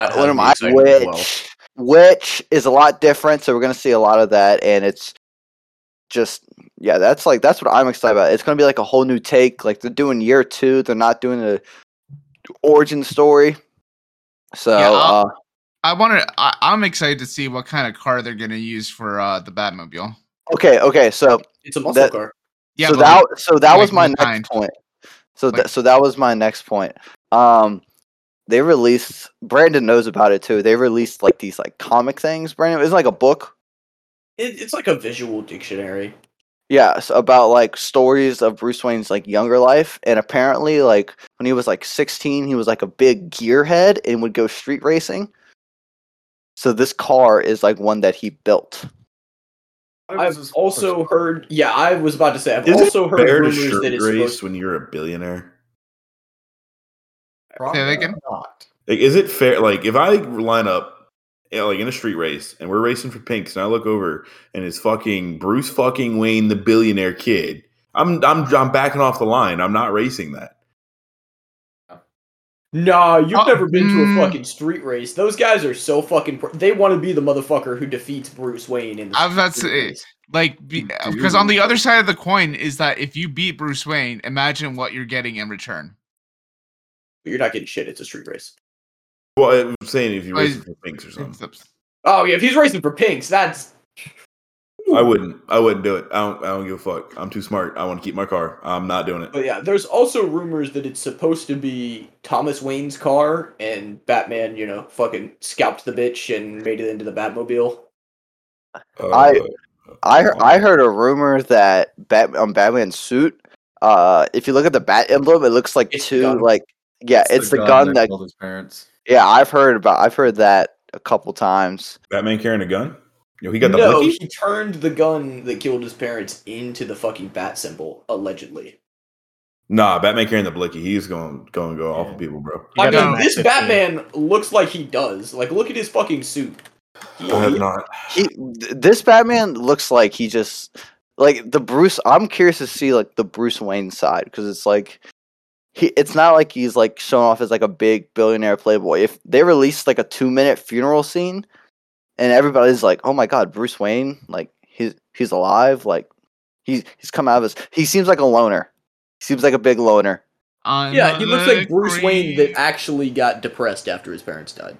Speaker 4: what
Speaker 5: has
Speaker 4: am
Speaker 5: me
Speaker 4: I?
Speaker 5: excited as well.
Speaker 4: Which, which is a lot different. So we're gonna see a lot of that, and it's just yeah, that's like that's what I'm excited about. It's gonna be like a whole new take. Like they're doing year two. They're not doing the origin story. So
Speaker 2: Yeah, I'll-
Speaker 4: uh,
Speaker 2: I want to. I'm excited to see what kind of car they're gonna use for uh the Batmobile.
Speaker 4: okay, okay. So
Speaker 5: It's a muscle
Speaker 4: That-
Speaker 5: car.
Speaker 2: Yeah,
Speaker 4: so
Speaker 2: but like-
Speaker 4: that so that
Speaker 2: like
Speaker 4: was my
Speaker 2: new
Speaker 4: next
Speaker 2: kind.
Speaker 4: point. So
Speaker 2: Like-
Speaker 4: that so that was my next point. Um, they released. Brandon knows about it too. They released like these like comic things. Brandon it's like a book.
Speaker 5: It, it's like a visual dictionary.
Speaker 4: Yes, about like stories of Bruce Wayne's like younger life, and apparently like when he was like sixteen, he was like a big gearhead and would go street racing. So this car is like one that he built.
Speaker 3: I was
Speaker 5: I've
Speaker 3: just-
Speaker 5: also heard. Yeah, I was about to say. I've
Speaker 6: Is it
Speaker 5: also heard
Speaker 6: Bear to
Speaker 5: rumors
Speaker 6: shirt
Speaker 5: that it's
Speaker 6: grace
Speaker 5: supposed
Speaker 6: when you're a billionaire.
Speaker 2: Say that again?
Speaker 3: Not.
Speaker 6: Like, is it fair? Like, if I line up, you know, like in a street race, and we're racing for pinks, and I look over, and it's fucking Bruce fucking Wayne, the billionaire kid. I'm I'm I'm backing off the line. I'm not racing that.
Speaker 5: Nah, you've
Speaker 2: Uh,
Speaker 5: never been to a
Speaker 2: mm.
Speaker 5: fucking street race. Those guys are so fucking. Pr- they want to be the motherfucker who defeats Bruce Wayne in the
Speaker 2: I was about to
Speaker 5: street
Speaker 2: say-
Speaker 5: race.
Speaker 2: Like,
Speaker 3: You
Speaker 2: because on
Speaker 3: do.
Speaker 2: the other side of the coin is that if you beat Bruce Wayne, imagine what you're getting in return.
Speaker 5: But you're not getting shit. It's a street race.
Speaker 6: Well, I'm saying if you're
Speaker 2: Well,
Speaker 6: racing for pinks or something,
Speaker 2: It's-
Speaker 5: Oh yeah, if he's racing for pinks, that's
Speaker 6: I wouldn't. I wouldn't do it. I don't. I don't give a fuck. I'm too smart. I want to keep my car. I'm not doing it.
Speaker 5: But yeah, there's also rumors that it's supposed to be Thomas Wayne's car, and Batman, you know, fucking scalped the bitch and made it into the Batmobile.
Speaker 6: Uh,
Speaker 4: I- I heard, I heard a rumor that Bat on Batman's suit. Uh, if you look at the bat emblem, it looks like
Speaker 5: It's the
Speaker 4: two
Speaker 5: gun.
Speaker 4: like yeah, it's, the, gun,
Speaker 3: that
Speaker 4: that
Speaker 3: killed his parents.
Speaker 4: yeah. I've heard about. I've heard that a couple times.
Speaker 6: Batman carrying a gun. Yo, he got the
Speaker 5: no,
Speaker 6: blicky?
Speaker 5: he turned the gun that killed his parents into the fucking bat symbol, allegedly.
Speaker 6: Nah, Batman carrying the blicky. He's going going go off
Speaker 7: Yeah.
Speaker 6: on people, bro.
Speaker 7: You
Speaker 5: I
Speaker 7: got
Speaker 5: mean,
Speaker 7: that
Speaker 5: this
Speaker 7: 15.
Speaker 5: Batman looks like he does. Like, look at his fucking suit. He-
Speaker 6: I have not.
Speaker 4: He th- this Batman looks like he just like the Bruce. I'm curious to see like the Bruce Wayne side because it's like he it's not like he's like shown off as like a big billionaire playboy. If they released like a two minute funeral scene and everybody's like, Oh my god, Bruce Wayne, like he's he's alive, like he's he's come out of his he seems like a loner. He seems like a big loner.
Speaker 2: I'm
Speaker 5: yeah, he looks like
Speaker 2: the
Speaker 5: Bruce Wayne
Speaker 2: green-
Speaker 5: that actually got depressed after his parents died.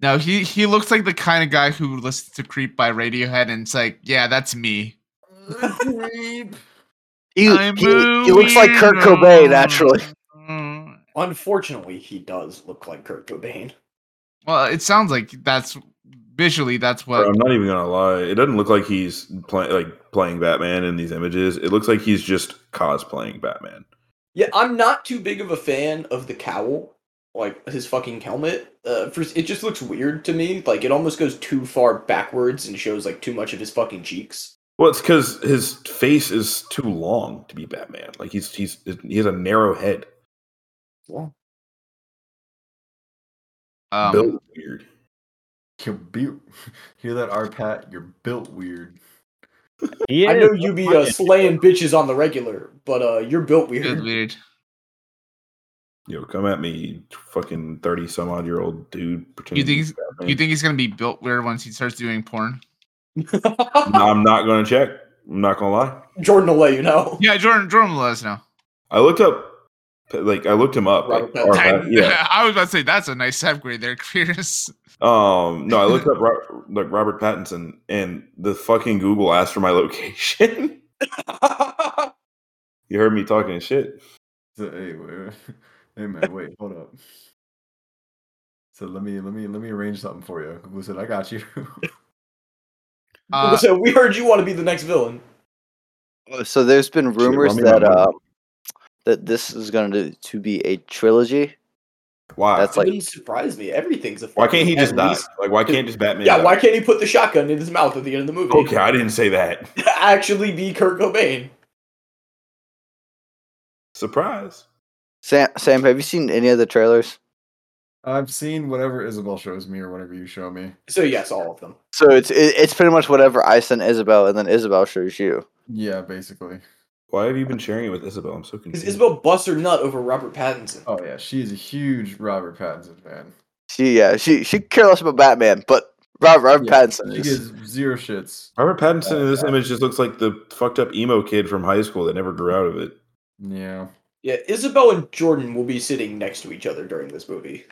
Speaker 2: No, he he looks like the kind of guy who listens to "Creep" by Radiohead, and it's like, yeah, that's me.
Speaker 3: Creep.
Speaker 4: He,
Speaker 2: I'm
Speaker 4: he,
Speaker 2: a
Speaker 4: he looks like Kurt Cobain
Speaker 2: weirdo.
Speaker 4: actually.
Speaker 2: Mm.
Speaker 5: Unfortunately, he does look like Kurt Cobain.
Speaker 2: [LAUGHS] Well, it sounds like that's visually that's
Speaker 6: Bro,
Speaker 2: what.
Speaker 6: I'm not even gonna lie. It doesn't look like he's play, like playing Batman in these images. It looks like he's just cosplaying Batman.
Speaker 5: Yeah, I'm not too big of a fan of the cowl, like his fucking helmet. Uh, for, it just looks weird to me. Like it almost goes too far backwards and shows like too much of his fucking cheeks.
Speaker 6: Well, it's because his face is too long to be Batman. Like he's he's he has a narrow head.
Speaker 2: um,
Speaker 6: built weird.
Speaker 3: You're built. [LAUGHS] Hear that, R. Pat? You're built weird.
Speaker 7: He
Speaker 5: I
Speaker 7: is.
Speaker 5: know you be uh, slaying bitches on the regular, but uh, you're built
Speaker 2: it was
Speaker 5: weird.
Speaker 2: weird.
Speaker 6: Yo, come at me, you fucking thirty some odd year old dude.
Speaker 2: You think
Speaker 6: pretending to be
Speaker 2: he's-
Speaker 6: Batman.
Speaker 2: You think he's gonna be built weird once he starts doing porn?
Speaker 6: No, I'm not gonna check. I'm not gonna lie.
Speaker 5: [LAUGHS] Jordan will let you know.
Speaker 2: Yeah, Jordan. Jordan, will let us know.
Speaker 6: I looked up, like I looked him up.
Speaker 5: Robert
Speaker 6: Like,
Speaker 5: Pattinson.
Speaker 6: or
Speaker 2: [LAUGHS]
Speaker 6: Pat- yeah.
Speaker 2: I was about to say that's a nice segue there, [LAUGHS] Chris.
Speaker 6: Um. No, I looked up Ro- like Robert Pattinson, and the fucking Google asked for my [LAUGHS] location. you heard me talking shit.
Speaker 3: So, hey, wait, [LAUGHS] hey, man, wait, hold up. So let me let me let me arrange something for you. Google said, "I got you." [LAUGHS]
Speaker 2: Uh,
Speaker 5: [LAUGHS] so we heard you want to be the next villain.
Speaker 4: Oh, So there's been
Speaker 6: Shit,
Speaker 4: rumors
Speaker 6: run me my
Speaker 4: that
Speaker 6: money.
Speaker 4: uh, that this is going to to be a trilogy.
Speaker 6: Why?
Speaker 4: That's
Speaker 5: It
Speaker 4: like-
Speaker 5: wouldn't surprise me. Everything's a.
Speaker 6: why can't he
Speaker 5: fucking-
Speaker 6: just
Speaker 5: at
Speaker 6: die?
Speaker 5: least-
Speaker 6: Like, why can't just Batman?
Speaker 5: Yeah,
Speaker 6: die?
Speaker 5: why can't he put the shotgun in his mouth at the end of the movie?
Speaker 6: Okay, I didn't say that.
Speaker 5: [LAUGHS] Actually, be Kurt Cobain.
Speaker 6: Surprise.
Speaker 4: Sam, Sam, have you seen any of the trailers?
Speaker 3: I've seen whatever Isabel shows me or whatever you show me.
Speaker 5: So yes, all of them.
Speaker 4: So it's it, it's pretty much whatever I sent Isabel, and then Isabel shows you.
Speaker 3: Yeah, basically.
Speaker 6: Why have you been sharing it with Isabel? I'm so
Speaker 5: Because
Speaker 6: confused.
Speaker 5: Isabel busts her nut over Robert Pattinson.
Speaker 3: Oh yeah, she is a huge Robert Pattinson fan.
Speaker 4: She yeah, she she care less about Batman, but Robert, Robert
Speaker 3: Yeah,
Speaker 4: Pattinson
Speaker 3: She
Speaker 4: is.
Speaker 3: gives zero shits.
Speaker 6: Robert Pattinson in this
Speaker 3: Yeah.
Speaker 6: image just looks like the fucked up emo kid from high school that never grew out of it.
Speaker 3: Yeah.
Speaker 5: Yeah, Isabel and Jordan will be sitting next to each other during this movie.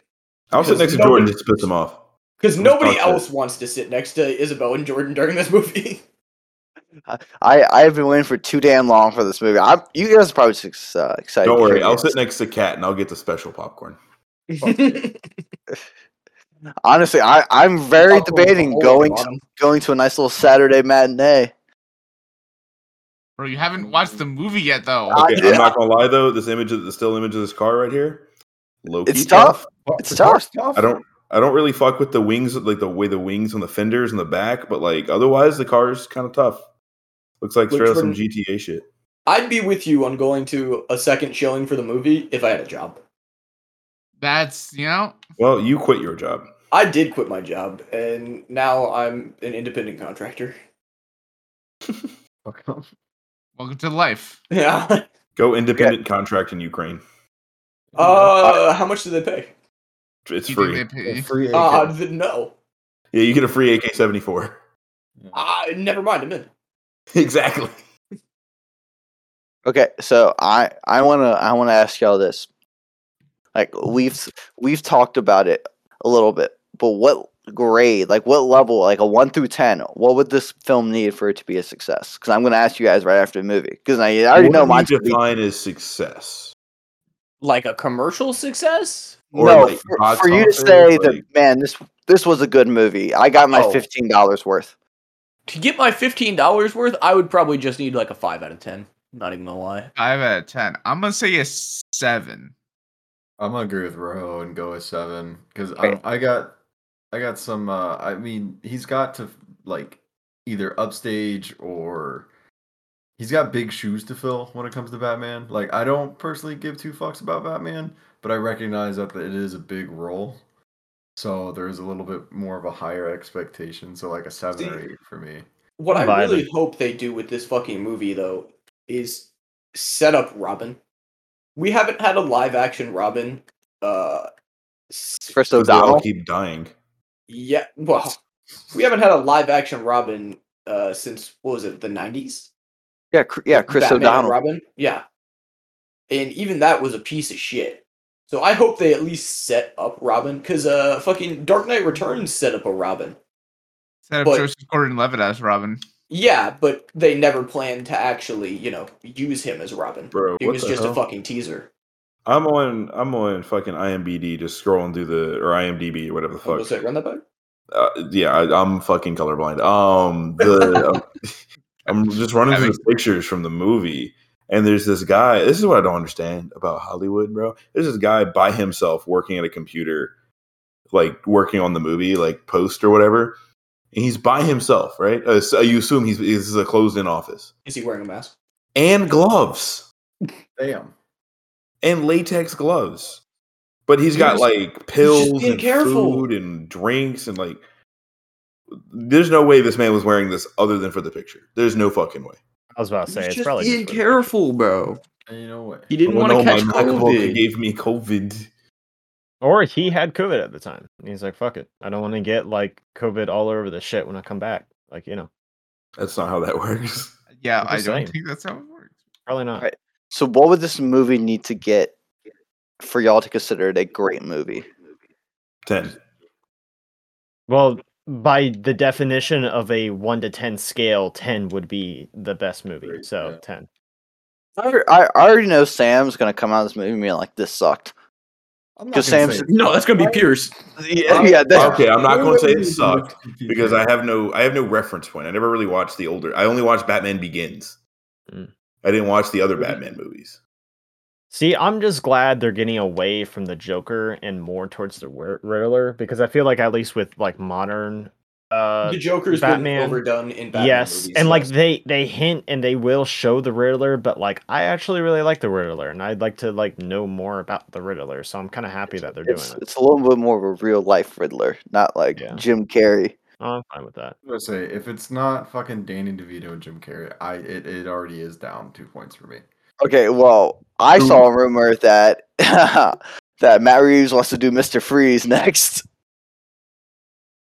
Speaker 6: I'll sit
Speaker 5: Because
Speaker 6: next to
Speaker 5: no
Speaker 6: Jordan
Speaker 5: one-
Speaker 6: just piss him off.
Speaker 5: Because
Speaker 6: Who's
Speaker 5: nobody
Speaker 6: got that?
Speaker 5: else wants to sit next to Isabel and Jordan during this movie. [LAUGHS]
Speaker 4: I I have been waiting for too damn long for this movie. I'm you guys are probably just uh, excited.
Speaker 6: Don't
Speaker 4: to
Speaker 6: worry,
Speaker 4: hear
Speaker 6: I'll
Speaker 4: this.
Speaker 6: sit next to Cat and I'll get the special popcorn.
Speaker 4: Honestly, I I'm very
Speaker 5: Popcorn's
Speaker 4: debating
Speaker 5: all
Speaker 4: going to,
Speaker 5: bottom.
Speaker 4: going to a nice little Saturday matinee.
Speaker 2: bro, you haven't watched the movie yet, though.
Speaker 4: I-
Speaker 6: Okay,
Speaker 4: yeah.
Speaker 6: I'm not gonna lie though. This image, of the still image of this car right here, low
Speaker 4: It's
Speaker 6: key
Speaker 4: tough.
Speaker 3: Well,
Speaker 4: It's
Speaker 3: the
Speaker 4: tough.
Speaker 3: car's tough.
Speaker 6: I don't, I don't really fuck with the wings, like the way the wings on the fenders and the back, but like otherwise, the car's kind of tough. Looks like
Speaker 5: Which
Speaker 6: straight out some
Speaker 5: one-
Speaker 6: GTA shit.
Speaker 5: I'd be with you on going to a second showing for the movie if I had a job.
Speaker 2: That's you know,
Speaker 6: Well, you quit your job.
Speaker 5: I did quit my job, and now I'm an independent contractor. [LAUGHS]
Speaker 3: Fuck off.
Speaker 2: welcome to life.
Speaker 5: Yeah.
Speaker 6: Go independent contract in Ukraine.
Speaker 5: Uh, how much do they pay?
Speaker 6: It's
Speaker 2: You
Speaker 6: free.
Speaker 2: think they pay-
Speaker 3: Free agent.
Speaker 5: Uh, th- no.
Speaker 6: Yeah, you get a free AK-74.
Speaker 3: Yeah.
Speaker 5: Uh, never mind. I'm in.
Speaker 6: [LAUGHS] exactly.
Speaker 4: Okay, so I I want to I want to ask y'all this. Like we've we've talked about it a little bit, but what grade? Like what level? Like a 1 through 10, what would this film need for it to be a success? Cuz I'm going to ask you guys right after the movie cuz I, I already
Speaker 6: What
Speaker 4: know
Speaker 6: do
Speaker 4: mine's
Speaker 6: you
Speaker 4: gonna be-
Speaker 6: define as success.
Speaker 5: Like a commercial success?
Speaker 6: or,
Speaker 4: No,
Speaker 6: like,
Speaker 4: for,
Speaker 6: box
Speaker 4: for you to
Speaker 6: office,
Speaker 4: say that
Speaker 6: like-
Speaker 4: man, this this was a good movie. I got my
Speaker 5: Oh.
Speaker 4: $15 worth.
Speaker 5: To get my fifteen dollars worth, I would probably just need like a five out of ten. Not even gonna lie.
Speaker 2: Five out of ten. I'm gonna say a seven.
Speaker 3: I'm gonna agree with Rojo and go with seven because
Speaker 4: Okay.
Speaker 3: I got I got some. Uh, I mean, he's got to like either upstage or he's got big shoes to fill when it comes to Batman. Like I don't personally give two fucks about Batman, but I recognize that it is a big role, so there is a little bit more of a higher expectation. So like a seven or
Speaker 5: See-
Speaker 3: eight for me.
Speaker 5: What I
Speaker 7: Violent.
Speaker 5: really hope they do with this fucking movie though is set up Robin. we haven't had a live action Robin. Uh, s-
Speaker 4: First
Speaker 6: So they all
Speaker 4: O'Donnell.
Speaker 6: keep dying.
Speaker 5: yeah, well, we haven't had a live action Robin uh, since what was it, the nineties?
Speaker 4: Yeah, Cr- yeah, Chris
Speaker 5: Batman and
Speaker 4: O'Donnell.
Speaker 5: Robin. Yeah, and even that was a piece of shit. So I hope they at least set up Robin because uh, fucking Dark Knight Returns set up a Robin.
Speaker 2: Instead of
Speaker 5: But-
Speaker 2: Joseph Gordon-Levitt as Robin.
Speaker 5: Yeah, but they never planned to actually, you know, use him as Robin.
Speaker 6: Bro,
Speaker 5: it
Speaker 6: what
Speaker 5: was
Speaker 6: the
Speaker 5: just a
Speaker 6: hell?
Speaker 5: fucking teaser.
Speaker 6: I'm on I'm on fucking IMBD just scrolling through the or IMDb or whatever the
Speaker 5: What
Speaker 6: fuck.
Speaker 5: was it? Run that back.
Speaker 6: Uh, yeah, I, I'm fucking colorblind. Um,
Speaker 5: [LAUGHS]
Speaker 6: the I'm just running through the pictures from the movie, and there's this guy. This is what I don't understand about Hollywood, bro. There's this guy by himself working at a computer, like working on the movie, like post or whatever. And he's by himself, right? Uh, so you assume he's this is a closed in office
Speaker 5: Is he wearing a mask?
Speaker 6: and gloves.
Speaker 3: Damn.
Speaker 6: and latex gloves. But he's got
Speaker 5: He's-
Speaker 6: like pills
Speaker 5: being
Speaker 6: and
Speaker 5: careful.
Speaker 6: food and drinks and like. There's no way this man was wearing this other than for the picture. There's no fucking way.
Speaker 7: I was about to say it's
Speaker 8: just
Speaker 7: probably
Speaker 8: being
Speaker 7: just for the-
Speaker 8: careful, bro.
Speaker 3: Ain't no way.
Speaker 8: He didn't
Speaker 6: Oh,
Speaker 8: want to
Speaker 6: no,
Speaker 8: catch
Speaker 6: my MacBook
Speaker 8: COVID.
Speaker 6: gave me COVID.
Speaker 7: or he had COVID at the time. And he's like, "Fuck it, I don't want to get like COVID all over the shit when I come back." Like you know,
Speaker 6: That's not how that [LAUGHS] works.
Speaker 2: Yeah,
Speaker 7: I'm
Speaker 2: I
Speaker 7: just
Speaker 2: don't
Speaker 7: saying.
Speaker 2: think that's how it works.
Speaker 7: probably not.
Speaker 4: Right. So, what would this movie need to get for y'all to consider it a great movie?
Speaker 6: Ten.
Speaker 7: Well, by the definition of a one to ten scale, ten would be the best movie.
Speaker 3: Great,
Speaker 7: So
Speaker 3: yeah.
Speaker 7: ten.
Speaker 4: I, I, I already know Sam's gonna come out of this movie and be like, "This sucked."
Speaker 3: I'm
Speaker 4: Because [LAUGHS] Sam's
Speaker 8: No, that's gonna be Pierce.
Speaker 4: yeah, yeah, that-
Speaker 6: Okay, I'm not gonna say it sucked because I have no I have no reference point. I never really watched the older. I only watched Batman Begins.
Speaker 7: Mm.
Speaker 6: I didn't watch the other Batman movies.
Speaker 7: See, I'm just glad they're getting away from the Joker and more towards the Wr- Riddler because I feel like at least with like modern, uh,
Speaker 5: the Joker's
Speaker 7: Batman-
Speaker 5: been overdone in Batman
Speaker 7: yes,
Speaker 5: movies,
Speaker 7: and like
Speaker 5: yes.
Speaker 7: they they hint and they will show the Riddler, but like I actually really like the Riddler and I'd like to like know more about the Riddler, so I'm kind of happy that they're doing
Speaker 4: it's,
Speaker 7: it.
Speaker 4: it's a little bit more of a real life Riddler, not like
Speaker 7: Yeah.
Speaker 4: Jim Carrey.
Speaker 7: Oh, I'm fine with that.
Speaker 3: I was gonna say if it's not fucking Danny DeVito and Jim Carrey, I it, it already is down two points for me.
Speaker 4: Okay, well, I saw a rumor that [LAUGHS] that Matt Reeves wants to do Mister Freeze [LAUGHS] next.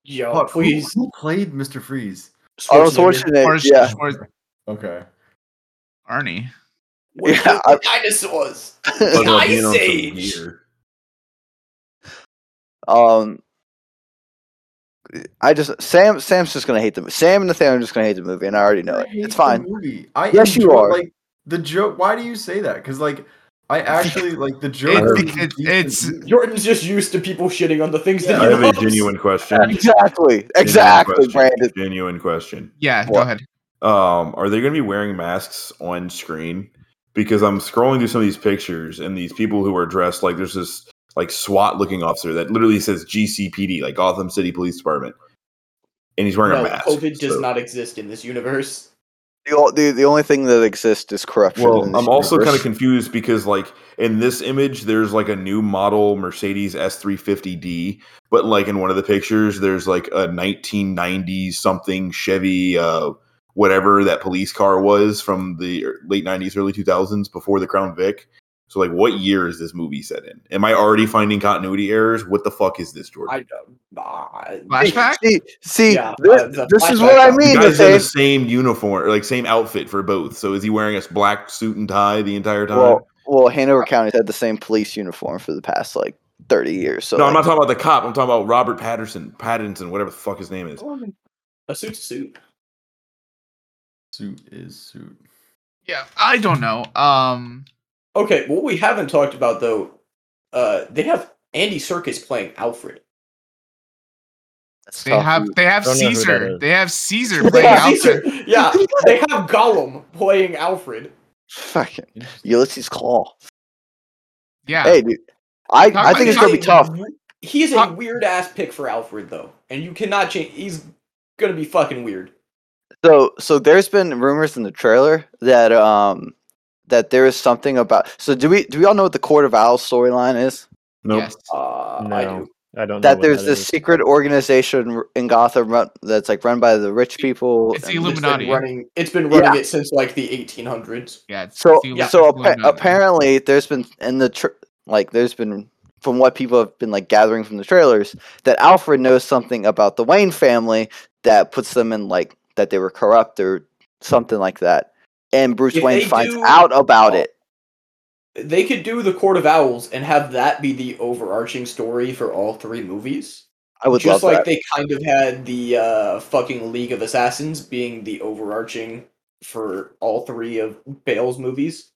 Speaker 5: yo,
Speaker 3: Fuck, who-
Speaker 5: Oh, please.
Speaker 3: Who, played Mr. Freeze?
Speaker 4: Arnold
Speaker 5: Schwarzenegger.
Speaker 4: Schwarzenegger.
Speaker 2: Or-
Speaker 4: Yeah,
Speaker 2: or
Speaker 3: Okay.
Speaker 2: Arnie.
Speaker 6: [LAUGHS]
Speaker 5: Where's
Speaker 4: Yeah,
Speaker 5: the dinosaurs.
Speaker 6: But, like,
Speaker 5: Ice
Speaker 6: you know, some
Speaker 5: Age.
Speaker 6: weird-
Speaker 4: [LAUGHS] um, I just Sam Sam's just gonna hate the Sam and Nathaniel are just gonna hate the movie, and I already know
Speaker 3: I
Speaker 4: it.
Speaker 3: hate
Speaker 4: It's
Speaker 3: the
Speaker 4: fine.
Speaker 3: Movie. I
Speaker 4: Yes, you
Speaker 3: enjoy,
Speaker 4: are.
Speaker 3: Like the joke. Why do you say that? Because like I [LAUGHS] actually like the joke.
Speaker 2: It's,
Speaker 6: Arnie.
Speaker 2: because it's
Speaker 5: [LAUGHS] Jordan's just used to people shitting on the things
Speaker 6: I
Speaker 5: that he
Speaker 6: have a
Speaker 5: loves.
Speaker 6: genuine question.
Speaker 4: Exactly, exactly,
Speaker 6: Genuine question.
Speaker 4: Brandon.
Speaker 6: Genuine question.
Speaker 2: yeah. Go
Speaker 4: What?
Speaker 2: ahead.
Speaker 6: Um, are they going to be wearing masks on screen? Because I'm scrolling through some of these pictures and these people who are dressed like there's this like SWAT looking officer that literally says GCPD, like Gotham City Police Department, and he's wearing
Speaker 5: no,
Speaker 6: a mask.
Speaker 5: COVID does
Speaker 6: so-
Speaker 5: not exist in this universe.
Speaker 4: The, o- the the only thing that exists is corruption.
Speaker 6: Well,
Speaker 4: in this
Speaker 6: I'm also kind
Speaker 4: universe.
Speaker 6: of confused because, like, in this image, there's like a new model Mercedes S350D, but like in one of the pictures, there's like a 1990s something Chevy, uh, whatever that police car was from the late 90s, early 2000s before the Crown Vic. So, like, what year is this movie set in? Am I already finding continuity errors? What the fuck is this, Jordan?
Speaker 5: I don't. ah,
Speaker 2: Flashback.
Speaker 4: See, see,
Speaker 5: Yeah,
Speaker 4: thi-
Speaker 5: uh, the
Speaker 4: this is
Speaker 5: flashback
Speaker 4: what I
Speaker 5: on-
Speaker 6: you
Speaker 4: mean.
Speaker 6: guys are
Speaker 4: Nathaniel.
Speaker 6: the same uniform, or like same outfit for both. So, is he wearing a s- black suit and tie the entire time?
Speaker 4: Well, well, Hanover County's had the same police uniform for the past like 30 years. So
Speaker 6: no, I'm not
Speaker 4: like,
Speaker 6: talking about the cop. I'm talking about Robert Patterson, Pattinson, whatever the fuck his name is.
Speaker 5: A suit's a suit.
Speaker 3: suit is suit.
Speaker 2: Yeah, I don't know. Um,
Speaker 5: Okay, what we haven't talked about though, uh, they have Andy Serkis playing Alfred.
Speaker 4: that's
Speaker 2: they
Speaker 4: tough.
Speaker 6: [LAUGHS]
Speaker 2: have they have
Speaker 7: Don't know who that
Speaker 2: Caesar.
Speaker 7: is.
Speaker 2: They have Caesar
Speaker 4: Yeah,
Speaker 2: playing
Speaker 4: Hey,
Speaker 2: Alfred.
Speaker 5: yeah, they have Gollum playing Alfred.
Speaker 4: fucking Ulysses Claw.
Speaker 2: Yeah,
Speaker 4: Hey, dude, I,
Speaker 2: Talk
Speaker 4: I think it's gonna be tough.
Speaker 5: He is a
Speaker 2: Talk-
Speaker 5: weird ass pick for Alfred though, and you cannot change. He's gonna be fucking weird.
Speaker 4: So, so there's been rumors in the trailer that um that there is something about. So do we do we all know what the Court of Owls storyline is?
Speaker 6: Nope.
Speaker 2: yes.
Speaker 5: Uh, I
Speaker 7: No.
Speaker 5: do.
Speaker 7: I don't know
Speaker 4: that
Speaker 7: what
Speaker 4: there's
Speaker 7: that
Speaker 4: this
Speaker 7: is.
Speaker 4: secret organization r- in Gotham run, that's like run by the rich people.
Speaker 2: It's the
Speaker 4: and-
Speaker 5: It's been
Speaker 2: Illuminati.
Speaker 5: running. It's been
Speaker 4: Yeah.
Speaker 5: running it since like the 1800s.
Speaker 2: Yeah. It's,
Speaker 4: so
Speaker 2: it's the
Speaker 4: so
Speaker 2: Illuminati.
Speaker 4: appa- apparently there's been in the tr- like there's been from what people have been like gathering from the trailers that Alfred knows something about the Wayne family that puts them in like that they were corrupt or something like that. And Bruce
Speaker 5: If
Speaker 4: Wayne
Speaker 5: they
Speaker 4: finds
Speaker 5: do-
Speaker 4: out about it.
Speaker 5: They could do the Court of Owls and have that be the overarching story for all three movies.
Speaker 4: I would love
Speaker 5: Just
Speaker 4: that.
Speaker 5: like they kind of had the uh, fucking League of Assassins being the overarching for all three of Bale's movies.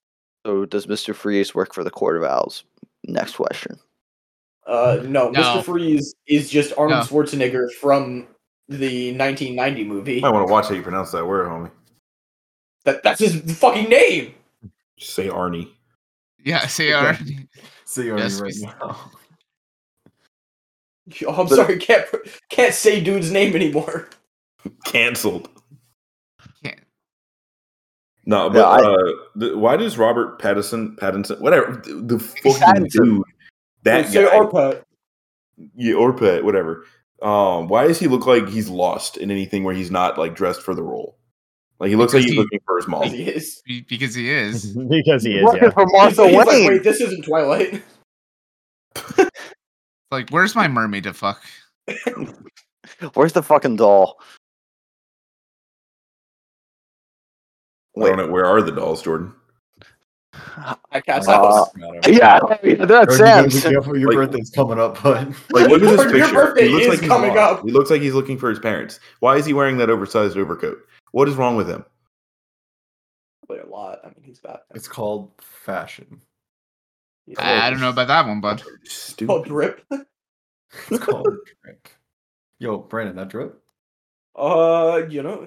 Speaker 4: so does Mr. Freeze work for the Court of Owls? Next question.
Speaker 5: Uh,
Speaker 4: Mm-hmm.
Speaker 5: no,
Speaker 2: No.
Speaker 5: Mr. Freeze is just Arnold
Speaker 2: No.
Speaker 5: Schwarzenegger from the 1990 movie.
Speaker 4: Oh.
Speaker 6: I want to watch how you pronounce that word, homie.
Speaker 5: That, that's his fucking name.
Speaker 6: Just say Arnie.
Speaker 2: Yeah. See, our,
Speaker 3: See you
Speaker 2: Yes,
Speaker 3: right
Speaker 2: we-
Speaker 3: [LAUGHS] now.
Speaker 5: Oh, I'm sorry, can't pr- can't say dude's name
Speaker 4: [LAUGHS]
Speaker 5: anymore.
Speaker 6: Cancelled.
Speaker 2: Can't.
Speaker 6: No, but
Speaker 4: Yeah, I-
Speaker 6: uh, the, why does Robert Pattinson, Pattinson, whatever the, the fucking
Speaker 4: Pattinson.
Speaker 6: dude, that
Speaker 5: say
Speaker 6: guy,
Speaker 5: Arpa.
Speaker 6: yeah, Orpet, whatever. Um, why does he look like he's lost in anything where he's not like dressed for the role? Like he looks like
Speaker 2: Because
Speaker 6: he's
Speaker 2: he-
Speaker 6: looking for his mom.
Speaker 5: He is.
Speaker 2: [LAUGHS] be- because he is.
Speaker 7: [LAUGHS] because he
Speaker 4: [LAUGHS]
Speaker 7: is.
Speaker 4: Working
Speaker 7: Yeah.
Speaker 4: for
Speaker 5: He's,
Speaker 4: Martha
Speaker 5: he's like,
Speaker 4: Wayne.
Speaker 5: wait, this isn't Twilight. [LAUGHS]
Speaker 2: Like, where's my mermaid to fuck?
Speaker 4: Where's the fucking doll?
Speaker 6: I
Speaker 4: Wait.
Speaker 6: don't know where are the dolls, Jordan?
Speaker 5: I cast
Speaker 4: Uh,
Speaker 5: out.
Speaker 6: [LAUGHS]
Speaker 4: Yeah, that's
Speaker 3: Jordan, you
Speaker 4: Sam's.
Speaker 3: gotta be careful, Your
Speaker 6: Like-
Speaker 3: birthday's coming up, but
Speaker 6: Like look at [LAUGHS] this
Speaker 5: Jordan, your
Speaker 6: picture.
Speaker 5: birthday
Speaker 6: he looks
Speaker 5: is
Speaker 6: like he's
Speaker 5: coming
Speaker 6: lost.
Speaker 5: up.
Speaker 6: He looks like he's looking for his parents. Why is he wearing that oversized overcoat? What is wrong with him?
Speaker 5: But a lot. I mean, he's bad.
Speaker 3: [LAUGHS] it's called fashion.
Speaker 5: He's
Speaker 2: I, I don't know about that one, bud.
Speaker 5: Oh,
Speaker 6: Stupid.
Speaker 5: drip.
Speaker 3: [LAUGHS] It's called drip. Yo, Brandon, that drip?
Speaker 5: [LAUGHS] Uh, you know,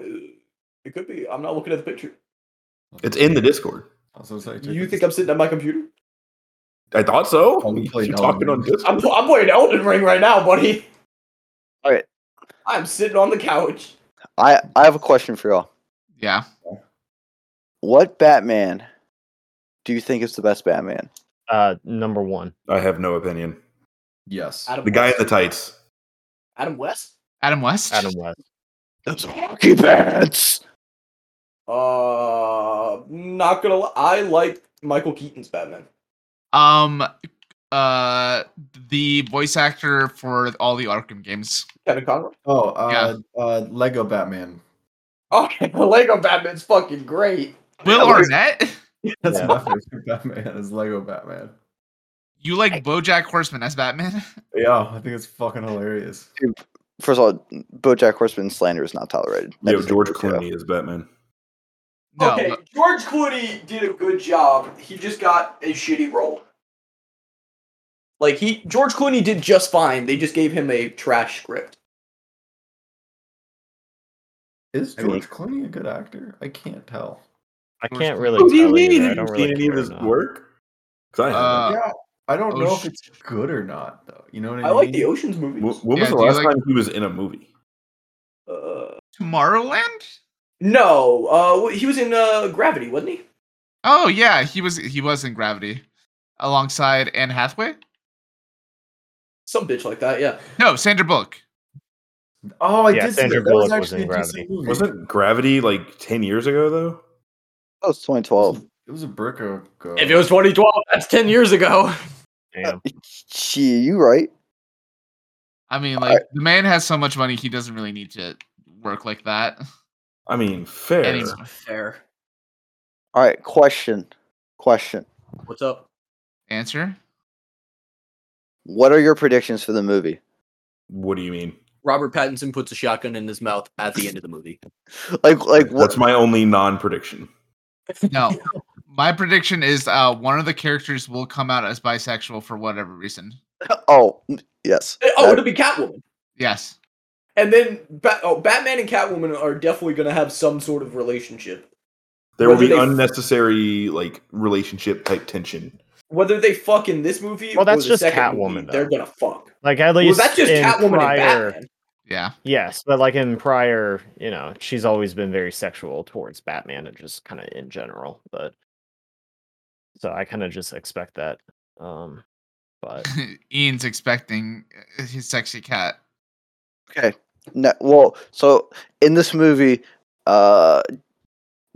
Speaker 5: it could be. I'm not looking at the picture.
Speaker 6: It's in the Discord.
Speaker 3: I was gonna say, take
Speaker 5: You
Speaker 3: it.
Speaker 5: think I'm sitting at my computer?
Speaker 6: I thought so.
Speaker 3: Oh, we
Speaker 6: You
Speaker 3: played
Speaker 6: keep
Speaker 3: Elden
Speaker 6: talking on
Speaker 3: Ring.
Speaker 6: Discord.
Speaker 5: I'm, pl- I'm playing Elden Ring right now, buddy.
Speaker 4: All right.
Speaker 5: I'm sitting on the couch.
Speaker 4: I I have a question for y'all.
Speaker 2: Yeah.
Speaker 4: What Batman do you think is the best Batman?
Speaker 7: Uh, number one.
Speaker 6: I have no opinion.
Speaker 3: Yes.
Speaker 5: Adam
Speaker 6: The guy in
Speaker 5: West.
Speaker 6: the tights.
Speaker 5: Adam West.
Speaker 2: Adam West.
Speaker 7: Adam West.
Speaker 4: Those hockey pants.
Speaker 5: Uh, not gonna. Li- I like Michael Keaton's Batman.
Speaker 2: Um. Uh, the voice actor for all the Arkham games.
Speaker 5: Kevin Conroy.
Speaker 3: Oh, uh, uh, Lego Batman. [LAUGHS]
Speaker 5: Okay, Oh, [LAUGHS] the Lego Batman's fucking great.
Speaker 2: Will
Speaker 5: Yeah, where's-
Speaker 2: Arnett.
Speaker 3: That's
Speaker 7: Yeah.
Speaker 3: my favorite Batman. Is Lego Batman.
Speaker 2: You like BoJack Horseman as Batman? [LAUGHS]
Speaker 3: Yeah, I think it's fucking hilarious.
Speaker 4: First of all, BoJack Horseman slander is not tolerated. That
Speaker 6: Yo,
Speaker 4: is a
Speaker 6: George
Speaker 4: good joke.
Speaker 6: Clooney is Batman.
Speaker 2: No.
Speaker 5: okay,
Speaker 2: but-
Speaker 5: George Clooney did a good job. He just got a shitty role. Like he, George Clooney did just fine. They just gave him a trash script.
Speaker 3: Is
Speaker 4: I mean-
Speaker 3: George Clooney a good actor? I can't tell.
Speaker 7: I
Speaker 2: George
Speaker 7: can't
Speaker 2: Clooney.
Speaker 7: really.
Speaker 6: What do you
Speaker 7: tell
Speaker 6: mean?
Speaker 7: either, I
Speaker 6: Have you
Speaker 7: don't
Speaker 6: seen
Speaker 7: really
Speaker 6: any of
Speaker 7: care,
Speaker 6: his
Speaker 7: no.
Speaker 6: work? 'Cause I haven't.
Speaker 2: Uh,
Speaker 3: yeah, I don't
Speaker 2: oh,
Speaker 3: know
Speaker 2: sh-
Speaker 3: if it's good or not, though. You know what I,
Speaker 5: I like
Speaker 3: mean?
Speaker 5: the Ocean's movies.
Speaker 6: Wh- when
Speaker 2: yeah,
Speaker 6: was the
Speaker 2: do you
Speaker 6: last
Speaker 2: like-
Speaker 6: time he was in a movie?
Speaker 5: Uh,
Speaker 2: Tomorrowland.
Speaker 5: no, uh, wh- he was in uh, Gravity, wasn't he?
Speaker 2: Oh yeah, he was he was in Gravity, alongside Anne Hathaway.
Speaker 5: Some bitch like that. Yeah.
Speaker 2: No, Sandra Bullock.
Speaker 3: Oh, I
Speaker 7: Yeah,
Speaker 3: did see
Speaker 7: Sandra
Speaker 3: that. That was
Speaker 7: Bullock was
Speaker 3: actually
Speaker 7: in
Speaker 3: a decent
Speaker 7: Gravity.
Speaker 3: movie.
Speaker 6: Wasn't Gravity like ten years ago though?
Speaker 4: That was 2012.
Speaker 3: It was a brick ago.
Speaker 5: 2012, that's 10 years ago.
Speaker 7: Damn.
Speaker 4: Gee, you right?
Speaker 2: I mean,
Speaker 4: I-
Speaker 2: like the man has so much money, he doesn't really need to work like that.
Speaker 6: I mean, fair.
Speaker 2: Any-
Speaker 5: Fair.
Speaker 4: All right, question, question.
Speaker 5: What's up?
Speaker 2: Answer.
Speaker 4: What are your predictions for the movie?
Speaker 6: What do you mean?
Speaker 5: Robert Pattinson puts a shotgun in his mouth at the end of the movie.
Speaker 4: Like, like what?
Speaker 6: That's my only non-prediction.
Speaker 2: No, my prediction is uh, one of the characters will come out as bisexual for whatever reason.
Speaker 4: Oh, n- yes.
Speaker 6: Eh,
Speaker 5: Oh,
Speaker 4: That-
Speaker 5: it'll be Catwoman.
Speaker 2: Yes.
Speaker 5: And then Bat- oh, Batman and Catwoman are definitely going to have some sort of relationship.
Speaker 6: There will
Speaker 5: Whether
Speaker 6: be
Speaker 5: they-
Speaker 6: unnecessary like relationship type tension.
Speaker 5: Whether they fuck in this movie
Speaker 7: Well,
Speaker 5: or
Speaker 7: that's
Speaker 5: the
Speaker 7: just
Speaker 5: second
Speaker 7: Catwoman,
Speaker 5: movie,
Speaker 7: though.
Speaker 5: they're going to fuck.
Speaker 7: Like at
Speaker 5: Well,
Speaker 7: least
Speaker 5: that's just
Speaker 7: in
Speaker 5: Catwoman
Speaker 7: prior,
Speaker 5: and Batman.
Speaker 2: Yeah. [LAUGHS]
Speaker 7: Yes, but like in prior, you know, she's always been very sexual towards Batman and just kind of in general. But so I kind of just expect that. Um But
Speaker 2: Ian's expecting uh, his sexy cat.
Speaker 4: Okay. No, well, so in this movie, uh,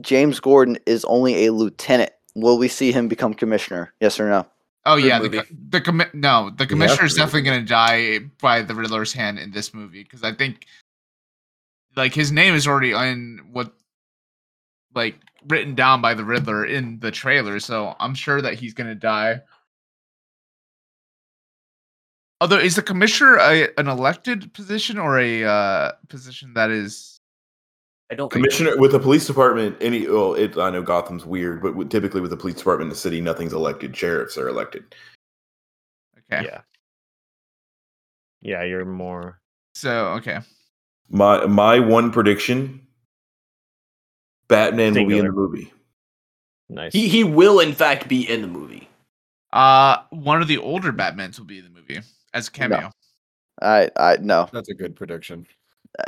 Speaker 4: James Gordon is only a lieutenant. Will we see him become commissioner? Yes or no?
Speaker 2: Oh
Speaker 8: Good
Speaker 2: yeah, the,
Speaker 8: movie.
Speaker 2: co- the commi- no, the commissioner is
Speaker 6: to read
Speaker 2: definitely going to die by the Riddler's hand in this movie because I think, like, his name is already on what, like, written down by the Riddler in the trailer. So I'm sure that he's going to die. Although, is the commissioner a, an elected position or a uh, position that is?
Speaker 8: I don't think
Speaker 6: Commissioner with the police department, any well, it I know Gotham's weird, but with- typically with the police department in the city, nothing's elected. Sheriffs are elected.
Speaker 2: Okay,
Speaker 7: yeah, yeah, you're more.
Speaker 2: so okay,
Speaker 6: My my one prediction: Batman will be in
Speaker 7: Singular.
Speaker 6: the movie.
Speaker 7: Nice.
Speaker 5: He he will in fact be in the movie.
Speaker 2: uh, one of the older Batmans will be in the movie as a cameo.
Speaker 4: I, I no,
Speaker 3: That's a good prediction.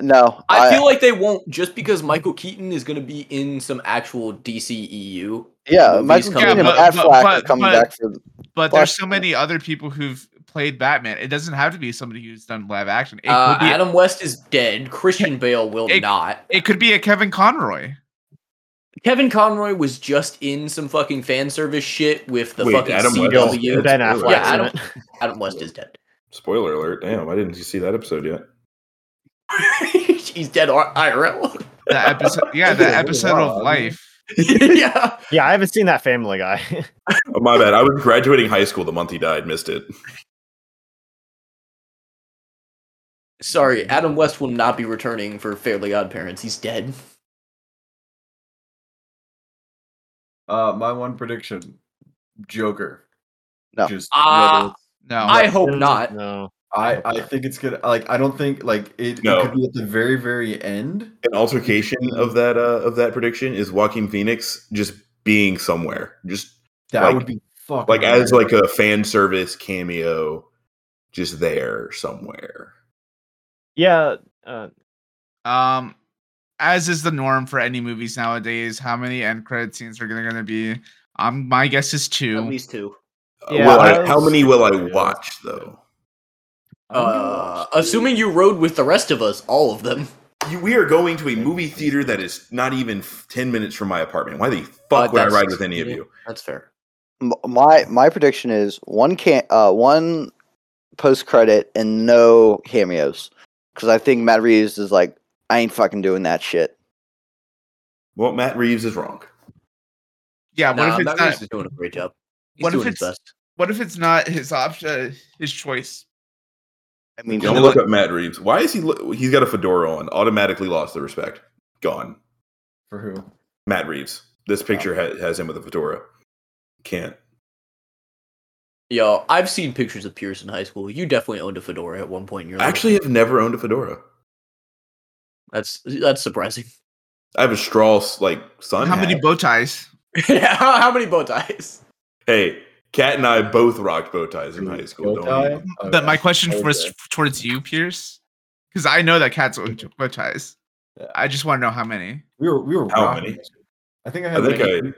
Speaker 4: no.
Speaker 5: I, feel like they won't just because Michael Keaton is going to be in some actual DCEU.
Speaker 4: yeah,
Speaker 5: movies
Speaker 4: Michael
Speaker 5: coming
Speaker 4: Keaton and
Speaker 5: out.
Speaker 4: Matt
Speaker 2: But-
Speaker 4: Flack
Speaker 2: but-
Speaker 4: are coming
Speaker 2: but-
Speaker 4: back for.
Speaker 2: But
Speaker 4: Well,
Speaker 2: there's so
Speaker 4: actually-
Speaker 2: many other people who've played Batman. It doesn't have to be somebody who's done live action. It,
Speaker 5: Uh,
Speaker 2: could, be,
Speaker 5: Adam West is dead. Christian Bale will
Speaker 2: It-
Speaker 5: not.
Speaker 2: it could be a Kevin Conroy.
Speaker 5: Kevin Conroy was just in some fucking fan service shit with the
Speaker 6: Wait,
Speaker 5: fucking
Speaker 6: Adam West?
Speaker 5: CW.
Speaker 6: Ben
Speaker 7: Ben
Speaker 6: Affleck's
Speaker 7: Affleck.
Speaker 5: Yeah, I don't- Adam West is dead. [LAUGHS]
Speaker 6: Spoiler alert! Damn, I didn't see that episode yet.
Speaker 5: He's dead R- IRL.
Speaker 2: The episode, yeah, the
Speaker 3: Yeah, really
Speaker 2: episode of
Speaker 3: wild, isn't
Speaker 2: Life.
Speaker 5: [LAUGHS] yeah.
Speaker 7: [LAUGHS] Yeah, I haven't seen that Family Guy. [LAUGHS]
Speaker 6: Oh, my bad. I was graduating high school the month he died. Missed it.
Speaker 5: Sorry, Adam West will not be returning for Fairly Odd Parents. He's dead.
Speaker 3: Uh, my one prediction: Joker.
Speaker 4: No.
Speaker 3: Just
Speaker 5: Ah.
Speaker 3: whether-
Speaker 2: No,
Speaker 5: I hope not.
Speaker 7: No.
Speaker 3: I I think it's gonna like I don't think like it,
Speaker 6: No.
Speaker 3: it could be at the very very end.
Speaker 6: An altercation of that uh, of that prediction is Joaquin Phoenix just being somewhere, just
Speaker 3: That
Speaker 6: Like-
Speaker 3: would be fucking
Speaker 6: like as
Speaker 3: hilarious.
Speaker 6: like a fan service cameo, just there somewhere.
Speaker 7: Yeah. Uh,
Speaker 2: um, as is the norm for any movies nowadays, how many end credit scenes are going to be? Um, my guess is two.
Speaker 5: At least two.
Speaker 7: Yeah,
Speaker 6: Uh, Will I-
Speaker 7: I was-
Speaker 6: how many will I watch though?
Speaker 3: I'm gonna
Speaker 5: Uh,
Speaker 3: watch this.
Speaker 5: assuming you rode with the rest of us, all of them.
Speaker 6: You, we are going to a movie theater that is not even f- ten minutes from my apartment. Why the fuck
Speaker 5: Uh,
Speaker 6: would I
Speaker 5: that's-
Speaker 6: ride with any of you?
Speaker 5: That's fair.
Speaker 4: M- My my prediction is one can uh one post credit and no cameos because I think Matt Reeves is like I ain't fucking doing that shit.
Speaker 6: Well, Matt Reeves is wrong.
Speaker 2: yeah, what
Speaker 5: Nah,
Speaker 2: if it's
Speaker 5: Matt
Speaker 2: not?
Speaker 5: Reeves is doing a great job. He's
Speaker 2: What if
Speaker 5: doing his
Speaker 2: it's-
Speaker 5: best.
Speaker 2: What if it's not his option, his choice?
Speaker 4: I mean,
Speaker 6: Don't look up Matt Reeves. Why is he? Lo- he's got a fedora on. Automatically lost the respect. Gone.
Speaker 3: for who?
Speaker 6: Matt Reeves. This picture ha- has him with a fedora. Can't.
Speaker 5: Yo, I've seen pictures of Pierce in high school. You definitely owned a fedora at one point in your
Speaker 6: I
Speaker 5: life.
Speaker 6: actually have never owned a fedora.
Speaker 5: that's
Speaker 2: [LAUGHS]
Speaker 5: that's surprising. [LAUGHS]
Speaker 6: I have a Strauss like sun.
Speaker 2: How many
Speaker 6: hat.
Speaker 2: bow ties?
Speaker 5: yeah, how, how many bow ties?
Speaker 6: hey, Kat and I both rocked bow ties in
Speaker 3: Who?
Speaker 6: high school.
Speaker 3: Bow
Speaker 6: Don't
Speaker 3: tie?
Speaker 6: we?
Speaker 3: Oh,
Speaker 2: That my
Speaker 3: yeah.
Speaker 2: question
Speaker 3: Okay.
Speaker 2: was towards you, Pierce, because I know that cats own bow ties.
Speaker 3: Yeah.
Speaker 2: I just want to know how many.
Speaker 3: We were we were
Speaker 6: How
Speaker 3: rocking
Speaker 6: many?
Speaker 3: that shit. I think I
Speaker 6: I
Speaker 3: had
Speaker 6: think
Speaker 3: like,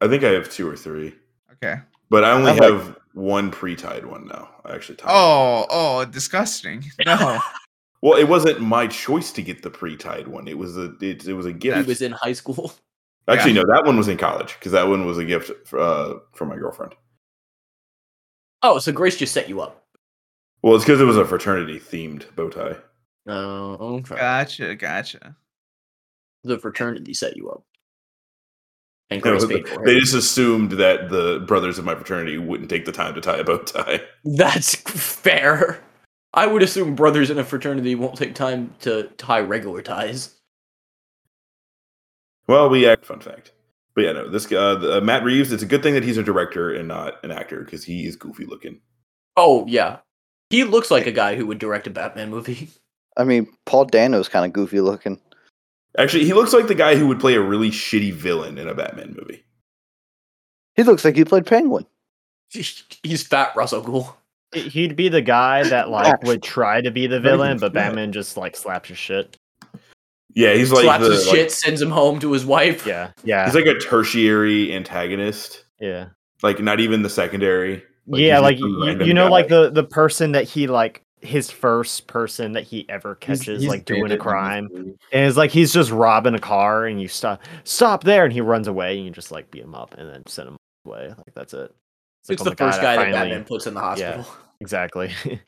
Speaker 6: I, I think I have two or three,
Speaker 2: Okay.
Speaker 6: but I only
Speaker 4: I like-
Speaker 6: have one pre-tied one now. I actually tied.
Speaker 2: Oh, oh, [LAUGHS] disgusting. No.
Speaker 6: well, it wasn't my choice to get the pre-tied one. It was a it, it was a
Speaker 5: He
Speaker 6: gift.
Speaker 5: was in high school. [LAUGHS]
Speaker 6: actually, no, that one was in college because that one was a gift for, uh, for my girlfriend.
Speaker 5: Oh, so Grace just set you up.
Speaker 6: Well, it's because it was a fraternity themed bow tie.
Speaker 5: Oh, okay.
Speaker 2: gotcha, gotcha.
Speaker 5: the fraternity set you up. And
Speaker 6: No, [LAUGHS]
Speaker 5: Grace
Speaker 6: they
Speaker 5: paid for
Speaker 6: they
Speaker 5: it.
Speaker 6: just assumed that the brothers of my fraternity wouldn't take the time to tie a bow tie.
Speaker 5: [LAUGHS] That's fair. I would assume brothers in a fraternity won't take time to tie regular ties.
Speaker 6: Well, we act. Fun fact. But yeah, no, this guy, uh, the- uh, Matt Reeves, it's a good thing that he's a director and not an actor because he is goofy looking.
Speaker 5: Oh yeah, he looks like a guy who would direct a Batman movie. [LAUGHS]
Speaker 4: I mean, Paul Dano's kind of goofy looking.
Speaker 6: Actually, he looks like the guy who would play a really shitty villain in a Batman movie.
Speaker 4: He looks like he played Penguin.
Speaker 5: He's fat Russell Gould.
Speaker 7: he- he'd be the guy
Speaker 6: [LAUGHS]
Speaker 7: that like would try to be the
Speaker 6: Not even
Speaker 7: villain, but
Speaker 6: try.
Speaker 7: Batman just like slaps his shit.
Speaker 6: Yeah, he's like
Speaker 5: Slaps
Speaker 6: the,
Speaker 5: his
Speaker 6: like-
Speaker 5: shit, sends him home to his wife.
Speaker 7: Yeah. Yeah.
Speaker 6: he's like a tertiary antagonist,
Speaker 7: yeah.
Speaker 6: like not even the secondary. Like,
Speaker 7: yeah,
Speaker 6: he's
Speaker 7: like
Speaker 6: just a
Speaker 7: you,
Speaker 6: random
Speaker 7: you know,
Speaker 6: guy.
Speaker 7: like the the person that he like his first person that he ever
Speaker 3: He's-
Speaker 7: catches
Speaker 3: he's
Speaker 7: like doing a
Speaker 3: bandit
Speaker 7: crime,
Speaker 3: number three.
Speaker 7: and it's like he's just robbing a car, and you stop stop there, and he runs away, and you just like beat him up, and then send him away. Like that's it.
Speaker 5: It's
Speaker 7: like, oh
Speaker 5: the
Speaker 7: my God,
Speaker 5: first
Speaker 7: I
Speaker 5: guy that
Speaker 7: finally-
Speaker 5: Batman puts in the hospital.
Speaker 7: [LAUGHS]
Speaker 5: [LAUGHS]
Speaker 7: Exactly. [LAUGHS]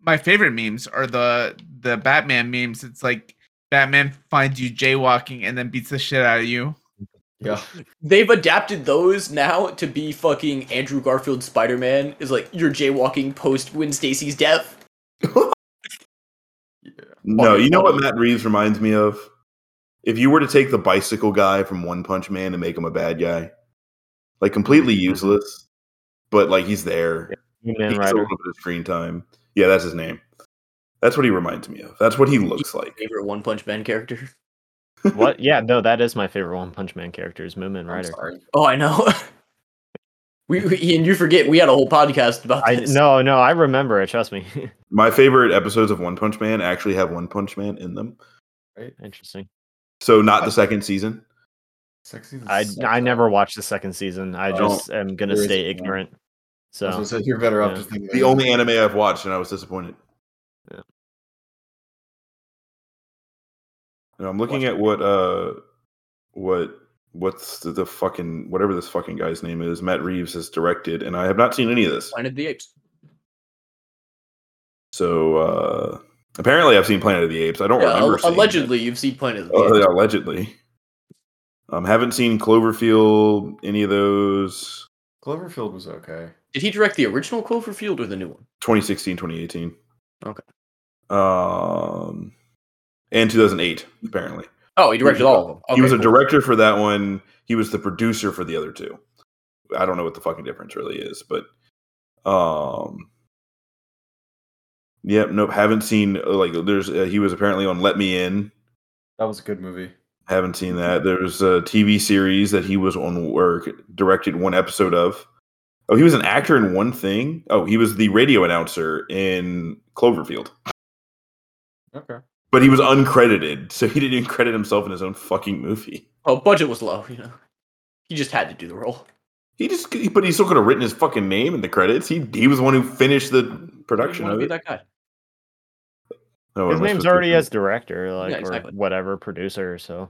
Speaker 2: my favorite memes are the the Batman memes. It's like Batman finds you jaywalking and then beats the shit out of you.
Speaker 3: Yeah.
Speaker 5: They've adapted those now to be fucking Andrew Garfield Spider Man is like you're jaywalking post Win Stacy's death.
Speaker 6: No, you know what Matt Reeves reminds me of? If you were to take the bicycle guy from One Punch Man and make him a bad guy, like completely useless, but like he's there. He
Speaker 7: Human
Speaker 6: gets a
Speaker 7: Rider.
Speaker 6: little bit of screen time. Yeah, that's his name. That's what he reminds me of. That's what he looks like.
Speaker 5: Favorite One Punch Man character.
Speaker 7: What? Yeah, no, that is my favorite One Punch Man character is Moomin
Speaker 3: I'm
Speaker 7: Rider.
Speaker 3: sorry.
Speaker 5: Oh, I know. [LAUGHS] we, we and you forget we had a whole podcast about
Speaker 6: [LAUGHS]
Speaker 7: I
Speaker 5: this.
Speaker 7: no, no, I remember it. Trust me. [LAUGHS]
Speaker 6: My favorite episodes of One Punch Man actually have One Punch Man in them.
Speaker 7: Interesting.
Speaker 6: So not the second season.
Speaker 3: Sex season
Speaker 7: I
Speaker 3: sucks,
Speaker 7: I
Speaker 3: though.
Speaker 7: never watched the second season. I
Speaker 6: Oh,
Speaker 7: just am gonna
Speaker 3: there is
Speaker 7: stay
Speaker 3: one.
Speaker 7: ignorant.
Speaker 3: I was
Speaker 7: So
Speaker 3: gonna say, you're better off
Speaker 7: Yeah.
Speaker 3: just thinking
Speaker 6: The only anime I've watched, and I was disappointed.
Speaker 7: Yeah.
Speaker 6: And I'm looking at what uh, what what's the, the fucking whatever this fucking guy's name is. Matt Reeves has directed, and I have not seen any of this.
Speaker 5: Planet of the Apes.
Speaker 6: So uh, apparently, I've seen Planet of the Apes. I don't
Speaker 5: Yeah,
Speaker 6: remember.
Speaker 5: al-
Speaker 6: seeing it.
Speaker 5: allegedly, you've seen Planet of the
Speaker 6: Uh,
Speaker 5: Apes.
Speaker 6: yeah, allegedly. Um, haven't seen Cloverfield, any of those.
Speaker 3: Cloverfield was okay.
Speaker 5: Did he direct the original Cloverfield or the new one?
Speaker 6: 2016, 2018.
Speaker 5: Okay.
Speaker 6: Um, and 2008, apparently.
Speaker 5: Oh, he directed all of them.
Speaker 6: he was a
Speaker 5: Okay, cool.
Speaker 6: director for that one. He was the producer for the other two. I don't know what the fucking difference really is, but um, yep, nope. Haven't seen uh, like there's uh, he was apparently on Let Me In.
Speaker 3: That was a good movie.
Speaker 6: Haven't seen that. There's a TV series that he was on work directed one episode of. Oh, he was an actor in one thing. Oh, he was the radio announcer in Cloverfield,
Speaker 3: Okay.
Speaker 6: but he was uncredited, so he didn't even credit himself in his own fucking movie.
Speaker 5: Oh, budget was low. You know, he just had to do the role.
Speaker 6: He just, but he still could have written his fucking name in the credits. He he was the one who finished the production
Speaker 5: want
Speaker 6: of
Speaker 5: to be
Speaker 6: it.
Speaker 5: that guy.
Speaker 6: Oh,
Speaker 7: his
Speaker 6: am I
Speaker 7: name's
Speaker 6: supposed to-
Speaker 7: already as director, like
Speaker 5: exactly.
Speaker 7: or whatever producer. So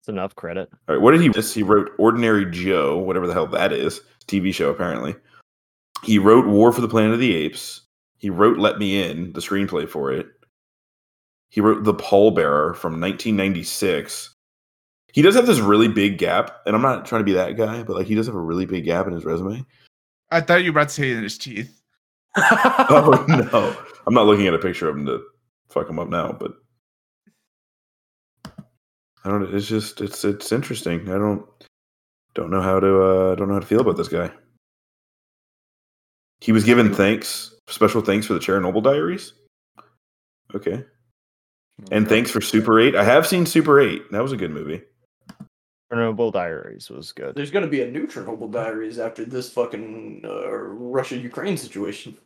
Speaker 7: it's enough credit.
Speaker 6: All right, what did he miss? He wrote Ordinary Joe, whatever the hell that is, TV show apparently. He wrote War for the Planet of the Apes. He wrote Let Me In, the screenplay for it. He wrote The Pallbearer from 1996. He does have this really big gap, and I'm not trying to be that guy, but like he does have a really big gap in his resume.
Speaker 2: I thought you were about to say in his teeth.
Speaker 6: [LAUGHS] Oh no, I'm not looking at a picture of him to fuck him up now, but I don't. It's just it's it's interesting. I don't don't know how to uh don't know how to feel about this guy. He was given thanks, special thanks for the Chernobyl Diaries. Okay, and
Speaker 3: Okay.
Speaker 6: thanks for Super Eight. I have seen Super Eight. That was a good movie.
Speaker 7: Chernobyl Diaries was good.
Speaker 5: There's going to be a new Chernobyl Diaries after this fucking uh, Russia Ukraine situation.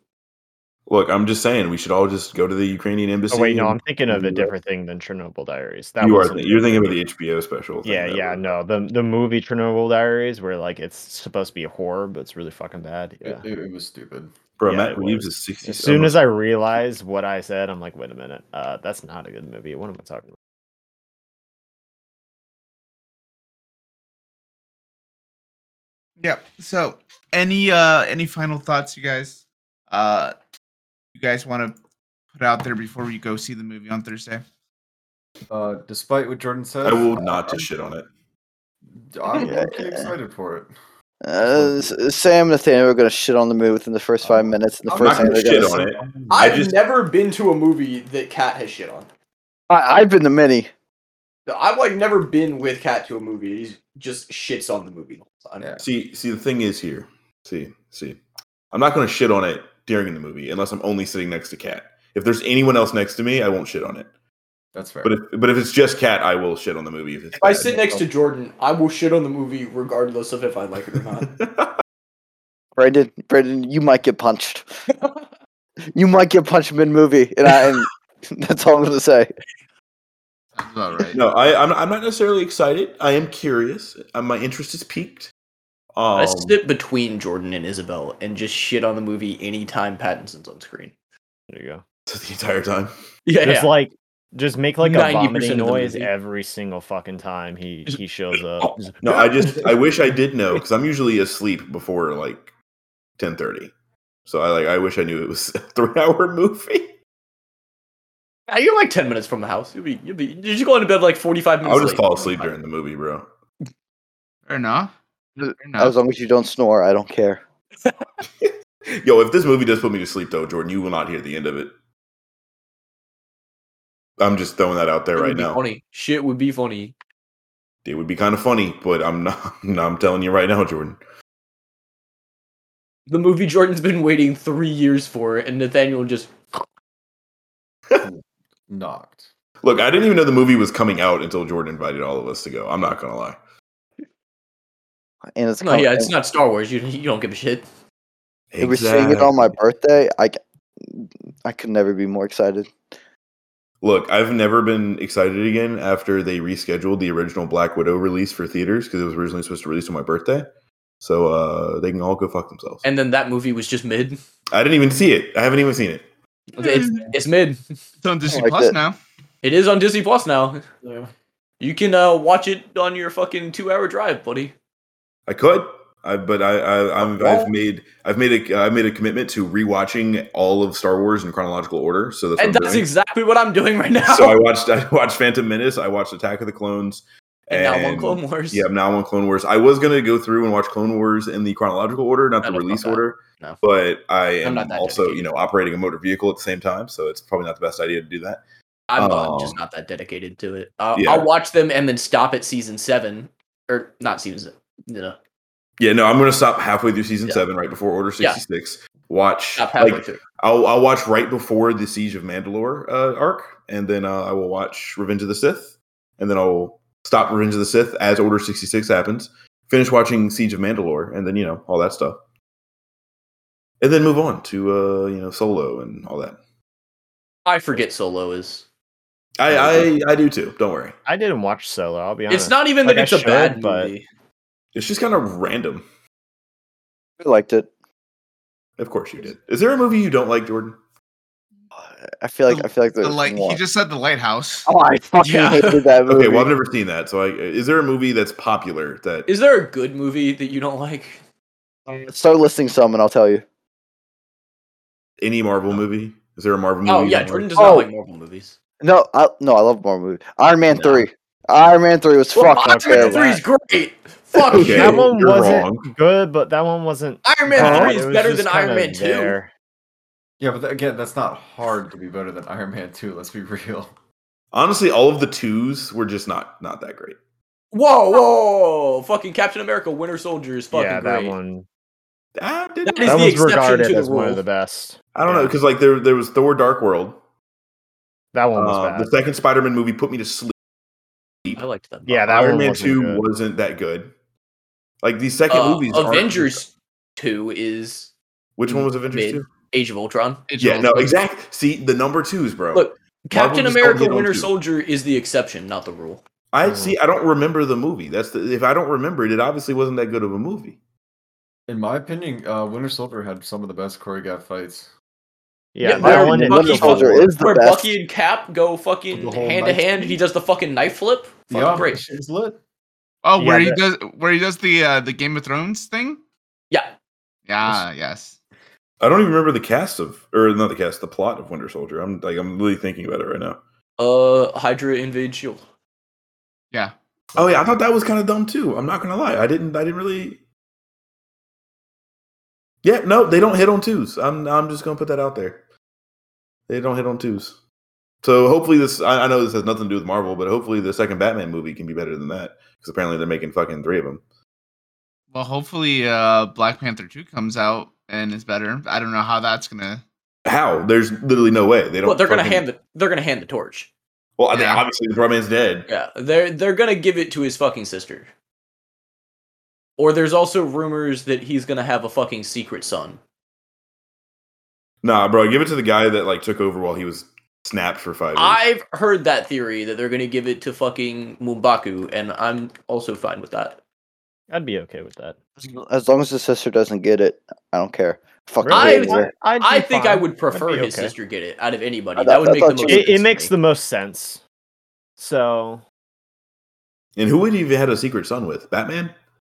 Speaker 6: Look, I'm just saying we should all just go to the Ukrainian embassy.
Speaker 7: Oh wait, no,
Speaker 6: and-
Speaker 7: I'm thinking of a
Speaker 6: Yeah.
Speaker 7: different thing than Chernobyl Diaries. That
Speaker 6: you
Speaker 7: was
Speaker 6: are you're thinking about the HBO special. thing
Speaker 7: yeah,
Speaker 6: that
Speaker 7: yeah,
Speaker 6: was-
Speaker 7: no, the the movie Chernobyl Diaries, where like it's supposed to be a horror, but it's really fucking bad. Yeah.
Speaker 3: It, it, it was stupid.
Speaker 6: Bro,
Speaker 7: Yeah,
Speaker 6: Matt
Speaker 7: it
Speaker 6: Reeves
Speaker 7: was.
Speaker 6: is 60.
Speaker 7: As soon as I realized what I said, I'm like, wait a minute, uh, that's not a good movie. What am I talking about?
Speaker 2: Yep. So any uh any final thoughts you guys uh you guys want to put out there before we go see the movie on Thursday?
Speaker 3: Uh, despite what Jordan says,
Speaker 6: I will
Speaker 3: uh,
Speaker 6: not to
Speaker 3: I'm-
Speaker 6: shit on it.
Speaker 3: [LAUGHS] I'm
Speaker 4: Yeah.
Speaker 3: pretty excited for it.
Speaker 4: Uh, S- Sam and Nathaniel are going to shit on the movie within the first five minutes, and the
Speaker 3: I'm
Speaker 4: first
Speaker 6: not
Speaker 4: thing
Speaker 6: gonna
Speaker 4: they're going
Speaker 6: shit
Speaker 4: to
Speaker 6: on
Speaker 4: say,
Speaker 6: it.
Speaker 5: I've
Speaker 6: just-
Speaker 5: never been to a movie that Kat has shit on.
Speaker 4: I- "I've been to many."
Speaker 5: I've like never been with Kat to a movie. He just shits on the movie. the whole time.
Speaker 3: Yeah.
Speaker 6: See, see, the thing is here. See, see, I'm not going to shit on it during the movie unless I'm only sitting next to Cat. If there's anyone else next to me, I won't shit on it.
Speaker 3: That's fair.
Speaker 6: But if but if it's just Cat, I will shit on the movie. If, it's
Speaker 5: If I
Speaker 6: bad. [LAUGHS]
Speaker 5: sit next to Jordan, I will shit on the movie regardless of if I like it or
Speaker 6: [LAUGHS]
Speaker 5: not.
Speaker 4: Brandon, Brandon, you might get punched. you might get punched mid movie, and I. And [LAUGHS] that's all I'm going to say.
Speaker 2: Sounds about right.
Speaker 6: no, I I'm, I'm not necessarily excited. I am curious. Uh, my interest is piqued. Um,
Speaker 5: I sit between Jordan and Isabel and just shit on the movie anytime Pattinson's on screen.
Speaker 7: There you go.
Speaker 6: [LAUGHS] the entire time.
Speaker 5: Yeah,
Speaker 7: Just like just make like a
Speaker 5: 90%
Speaker 7: vomiting
Speaker 5: of the
Speaker 7: noise
Speaker 5: movie.
Speaker 7: every single fucking time he
Speaker 6: Just-
Speaker 7: he shows up. Just-
Speaker 6: No, I just I wish I did know because I'm usually asleep before like ten thirty. So I like I wish I knew it was [LAUGHS] a three hour movie.
Speaker 5: Ah, you're like ten minutes from the house. You'll be, you'll be. You're just going to bed like forty-five minutes.
Speaker 6: I would just
Speaker 5: late.
Speaker 6: fall asleep during the movie, bro.
Speaker 2: Fair enough. Fair
Speaker 4: As
Speaker 2: enough.
Speaker 4: long as you don't snore, I don't care.
Speaker 6: Yo, if this movie does put me to sleep though, Jordan, you will not hear the end of it. I'm just throwing that out there
Speaker 5: It would
Speaker 6: right
Speaker 5: be
Speaker 6: now.
Speaker 5: Funny shit would be funny.
Speaker 6: It would be kind of funny, but I'm not. [LAUGHS] I'm telling you right now, Jordan.
Speaker 5: The movie Jordan's been waiting three years for, and Nathaniel just
Speaker 3: knocked.
Speaker 6: Look, I didn't even know the movie was coming out until Jordan invited all of us to go. I'm not gonna lie.
Speaker 4: And it's
Speaker 5: no,
Speaker 4: com-
Speaker 5: yeah, it's
Speaker 4: and
Speaker 5: not Star Wars. You you don't give a shit.
Speaker 4: They were saying it on my birthday. I, c- I could never be more excited.
Speaker 6: Look, I've never been excited again after they rescheduled the original Black Widow release for theaters because it was originally supposed to release on my birthday. So uh, they can all go fuck themselves.
Speaker 5: And then that movie was just mid.
Speaker 6: I didn't even see it. I haven't even seen it.
Speaker 5: It's, it's mid.
Speaker 2: It's on Disney
Speaker 4: like
Speaker 2: Plus
Speaker 4: that.
Speaker 2: now.
Speaker 5: It is on Disney Plus now.
Speaker 3: Yeah.
Speaker 5: You can uh, watch it on your fucking two-hour drive, buddy.
Speaker 6: I could, I, but I, I
Speaker 5: Uh,
Speaker 6: I'm, I've made I've made a I made a commitment to rewatching all of Star Wars in chronological order. So that's what
Speaker 5: And
Speaker 6: I'm
Speaker 5: that's
Speaker 6: doing.
Speaker 5: exactly what I'm doing right [LAUGHS] now.
Speaker 6: so I watched I watched Phantom Menace. I watched Attack of the Clones.
Speaker 5: and now I'm on Clone Wars.
Speaker 6: Yeah, I'm now on Clone Wars. I was gonna go through and watch Clone Wars in the chronological order, not
Speaker 5: No,
Speaker 6: the
Speaker 5: no, fuck
Speaker 6: release
Speaker 5: that.
Speaker 6: order.
Speaker 5: No.
Speaker 6: But I am
Speaker 5: not that
Speaker 6: also, you
Speaker 5: dedicated.
Speaker 6: know, operating a motor vehicle at the same time, so it's probably not the best idea to do that.
Speaker 5: I'm not,
Speaker 6: Oh.
Speaker 5: just not that dedicated to it. Uh,
Speaker 6: Yeah.
Speaker 5: I'll watch them and then stop at season seven, or not season seven. You know,
Speaker 6: Yeah, no, I'm gonna stop halfway through season
Speaker 5: Yeah.
Speaker 6: seven, right before Order
Speaker 5: Yeah.
Speaker 6: 66. Watch,
Speaker 5: stop halfway
Speaker 6: like,
Speaker 5: through.
Speaker 6: I'll, I'll watch right before the Siege of Mandalore uh, arc, and then uh, I will watch Revenge of the Sith, and then I'll stop Revenge of the Sith as Order 66 happens, finish watching Siege of Mandalore, and then, you know, all that stuff. And then move on to, uh, you know, Solo and all that.
Speaker 5: I forget Solo is.
Speaker 6: I, I, I do too. Don't worry.
Speaker 7: I didn't watch Solo. I'll be honest.
Speaker 5: It's not even
Speaker 7: Like,
Speaker 5: that
Speaker 7: I
Speaker 5: it's a
Speaker 7: should,
Speaker 5: bad
Speaker 7: but-
Speaker 5: movie.
Speaker 6: It's just kind of random.
Speaker 4: I liked it.
Speaker 6: Of course you did. Is there a movie you don't like, Jordan?
Speaker 4: I feel like
Speaker 2: The-
Speaker 4: I feel like
Speaker 2: The
Speaker 4: there's
Speaker 2: light. He
Speaker 4: more.
Speaker 2: just said the lighthouse.
Speaker 4: oh, I fucking
Speaker 5: [LAUGHS] Yeah.
Speaker 4: hated that movie.
Speaker 6: Okay, well I've never seen that. So, I, is there a movie that's popular that
Speaker 5: Is there a good movie that you don't like?
Speaker 4: Start listing some, and I'll tell you.
Speaker 6: any Marvel movie? Is there a Marvel movie?
Speaker 5: Oh
Speaker 6: you
Speaker 5: yeah,
Speaker 6: don't
Speaker 5: Jordan
Speaker 6: like?
Speaker 5: does not
Speaker 4: Oh.
Speaker 5: like Marvel movies.
Speaker 4: No, I no, I love more movies. Iron Man
Speaker 5: No.
Speaker 4: three. Iron Man three was
Speaker 5: Well,
Speaker 4: fucking
Speaker 5: Iron Man
Speaker 4: terrible.
Speaker 5: Three is great. Fuck
Speaker 4: Oh,
Speaker 6: Okay.
Speaker 7: that
Speaker 5: you.
Speaker 7: one
Speaker 6: you're
Speaker 7: wasn't
Speaker 6: wrong.
Speaker 7: good, but that one wasn't.
Speaker 5: Iron Man
Speaker 7: bad.
Speaker 5: Three
Speaker 7: It
Speaker 5: is
Speaker 7: was
Speaker 5: better
Speaker 7: just
Speaker 5: than Iron
Speaker 7: kinda
Speaker 5: Man Two.
Speaker 7: there.
Speaker 3: Yeah, but th- again, that's not hard to be better than Iron Man 2, let's be [LAUGHS] real.
Speaker 6: Honestly, all of the twos were just not not that great.
Speaker 5: Whoa, whoa, whoa, whoa. fucking Captain America: Winter Soldier is fucking
Speaker 7: Yeah, that
Speaker 5: great.
Speaker 7: one.
Speaker 6: I,
Speaker 5: That
Speaker 6: didn't,
Speaker 5: is
Speaker 7: That
Speaker 5: the
Speaker 7: one's
Speaker 5: exception
Speaker 7: regarded
Speaker 5: to the
Speaker 7: as one
Speaker 5: rule.
Speaker 7: of the best.
Speaker 6: I don't know
Speaker 7: Yeah.
Speaker 6: because like there there was Thor: Dark World.
Speaker 7: That one was
Speaker 6: Uh,
Speaker 7: bad.
Speaker 6: the second Spider-Man movie put me to sleep.
Speaker 5: I liked that.
Speaker 7: yeah, that
Speaker 6: Iron
Speaker 7: one
Speaker 6: Man
Speaker 7: wasn't
Speaker 6: Two
Speaker 7: good.
Speaker 6: wasn't that good. Like these second
Speaker 5: Uh,
Speaker 6: movies, aren't-
Speaker 5: Avengers Two is
Speaker 6: Which one was Avengers
Speaker 5: mid.
Speaker 6: Two?
Speaker 5: Age of Ultron.
Speaker 6: Yeah, no, exactly. See the number twos, bro.
Speaker 5: Look, Captain
Speaker 6: just don't
Speaker 5: America
Speaker 6: get on
Speaker 5: Winter
Speaker 6: to it.
Speaker 5: Soldier is the exception, not the rule.
Speaker 7: Oh.
Speaker 6: I see. I don't remember the movie. That's the, if I don't remember it, it obviously wasn't that good of a movie.
Speaker 3: In my opinion, uh, Winter Soldier had some of the best choreographed fights.
Speaker 7: Yeah,
Speaker 5: Yeah,
Speaker 7: that
Speaker 5: Iron
Speaker 7: one.
Speaker 5: Man
Speaker 7: didn't
Speaker 5: Bucky
Speaker 7: do
Speaker 5: Soldier
Speaker 7: well.
Speaker 4: is the
Speaker 5: Where
Speaker 4: best.
Speaker 5: Bucky and Cap go fucking
Speaker 3: The whole
Speaker 5: hand to
Speaker 3: knife
Speaker 5: hand,
Speaker 3: thing.
Speaker 5: he does the fucking knife flip. Fucking
Speaker 3: yeah,
Speaker 5: great.
Speaker 3: it was lit.
Speaker 2: Oh, where
Speaker 7: Yeah,
Speaker 2: he does where he does the uh, the Game of Thrones thing.
Speaker 5: Yeah,
Speaker 2: Yeah. Yes.
Speaker 6: I don't even remember the cast of, or not the cast, the plot of Winter Soldier. I'm like, I'm really thinking about it right now.
Speaker 5: uh, Hydra invade Shield.
Speaker 2: Yeah.
Speaker 6: Oh yeah, I thought that was kind of dumb too. I'm not gonna lie. I didn't. I didn't really. Yeah, no, they don't hit on twos. I'm. I'm just gonna put that out there. They don't hit on twos. So hopefully this. I, I know this has nothing to do with Marvel, but hopefully the second Batman movie can be better than that because apparently they're making fucking three of them.
Speaker 2: Well, hopefully, uh, Black Panther two comes out and is better. I don't know how that's gonna.
Speaker 6: How? There's literally no way they don't.
Speaker 5: Well, they're gonna
Speaker 6: fucking-
Speaker 5: hand the they're gonna hand the torch.
Speaker 6: Well, I mean,
Speaker 2: Yeah.
Speaker 6: obviously the Batman's dead.
Speaker 5: Yeah, they're they're gonna give it to his fucking sister. Or there's also rumors that he's gonna have a fucking secret son.
Speaker 6: Nah, bro, give it to the guy that like took over while he was snapped for five. years.
Speaker 5: I've heard that theory that they're gonna give it to fucking Mumbaku, and I'm also fine with that.
Speaker 7: I'd be okay with that.
Speaker 4: As long as the sister doesn't get it, I don't care. Fuck the [LAUGHS]
Speaker 5: Really?
Speaker 4: baby there.
Speaker 7: I'd be
Speaker 5: I think I
Speaker 7: fine.
Speaker 5: would prefer
Speaker 7: That'd be
Speaker 5: his
Speaker 7: okay.
Speaker 5: sister get it out of anybody.
Speaker 4: I
Speaker 5: that
Speaker 4: thought-
Speaker 5: would
Speaker 4: I
Speaker 5: make the
Speaker 4: thought
Speaker 5: most.
Speaker 4: you-
Speaker 7: It,
Speaker 5: sense
Speaker 7: it
Speaker 5: to
Speaker 7: makes
Speaker 5: me.
Speaker 7: the most sense. So
Speaker 6: And who would even had a secret son with Batman?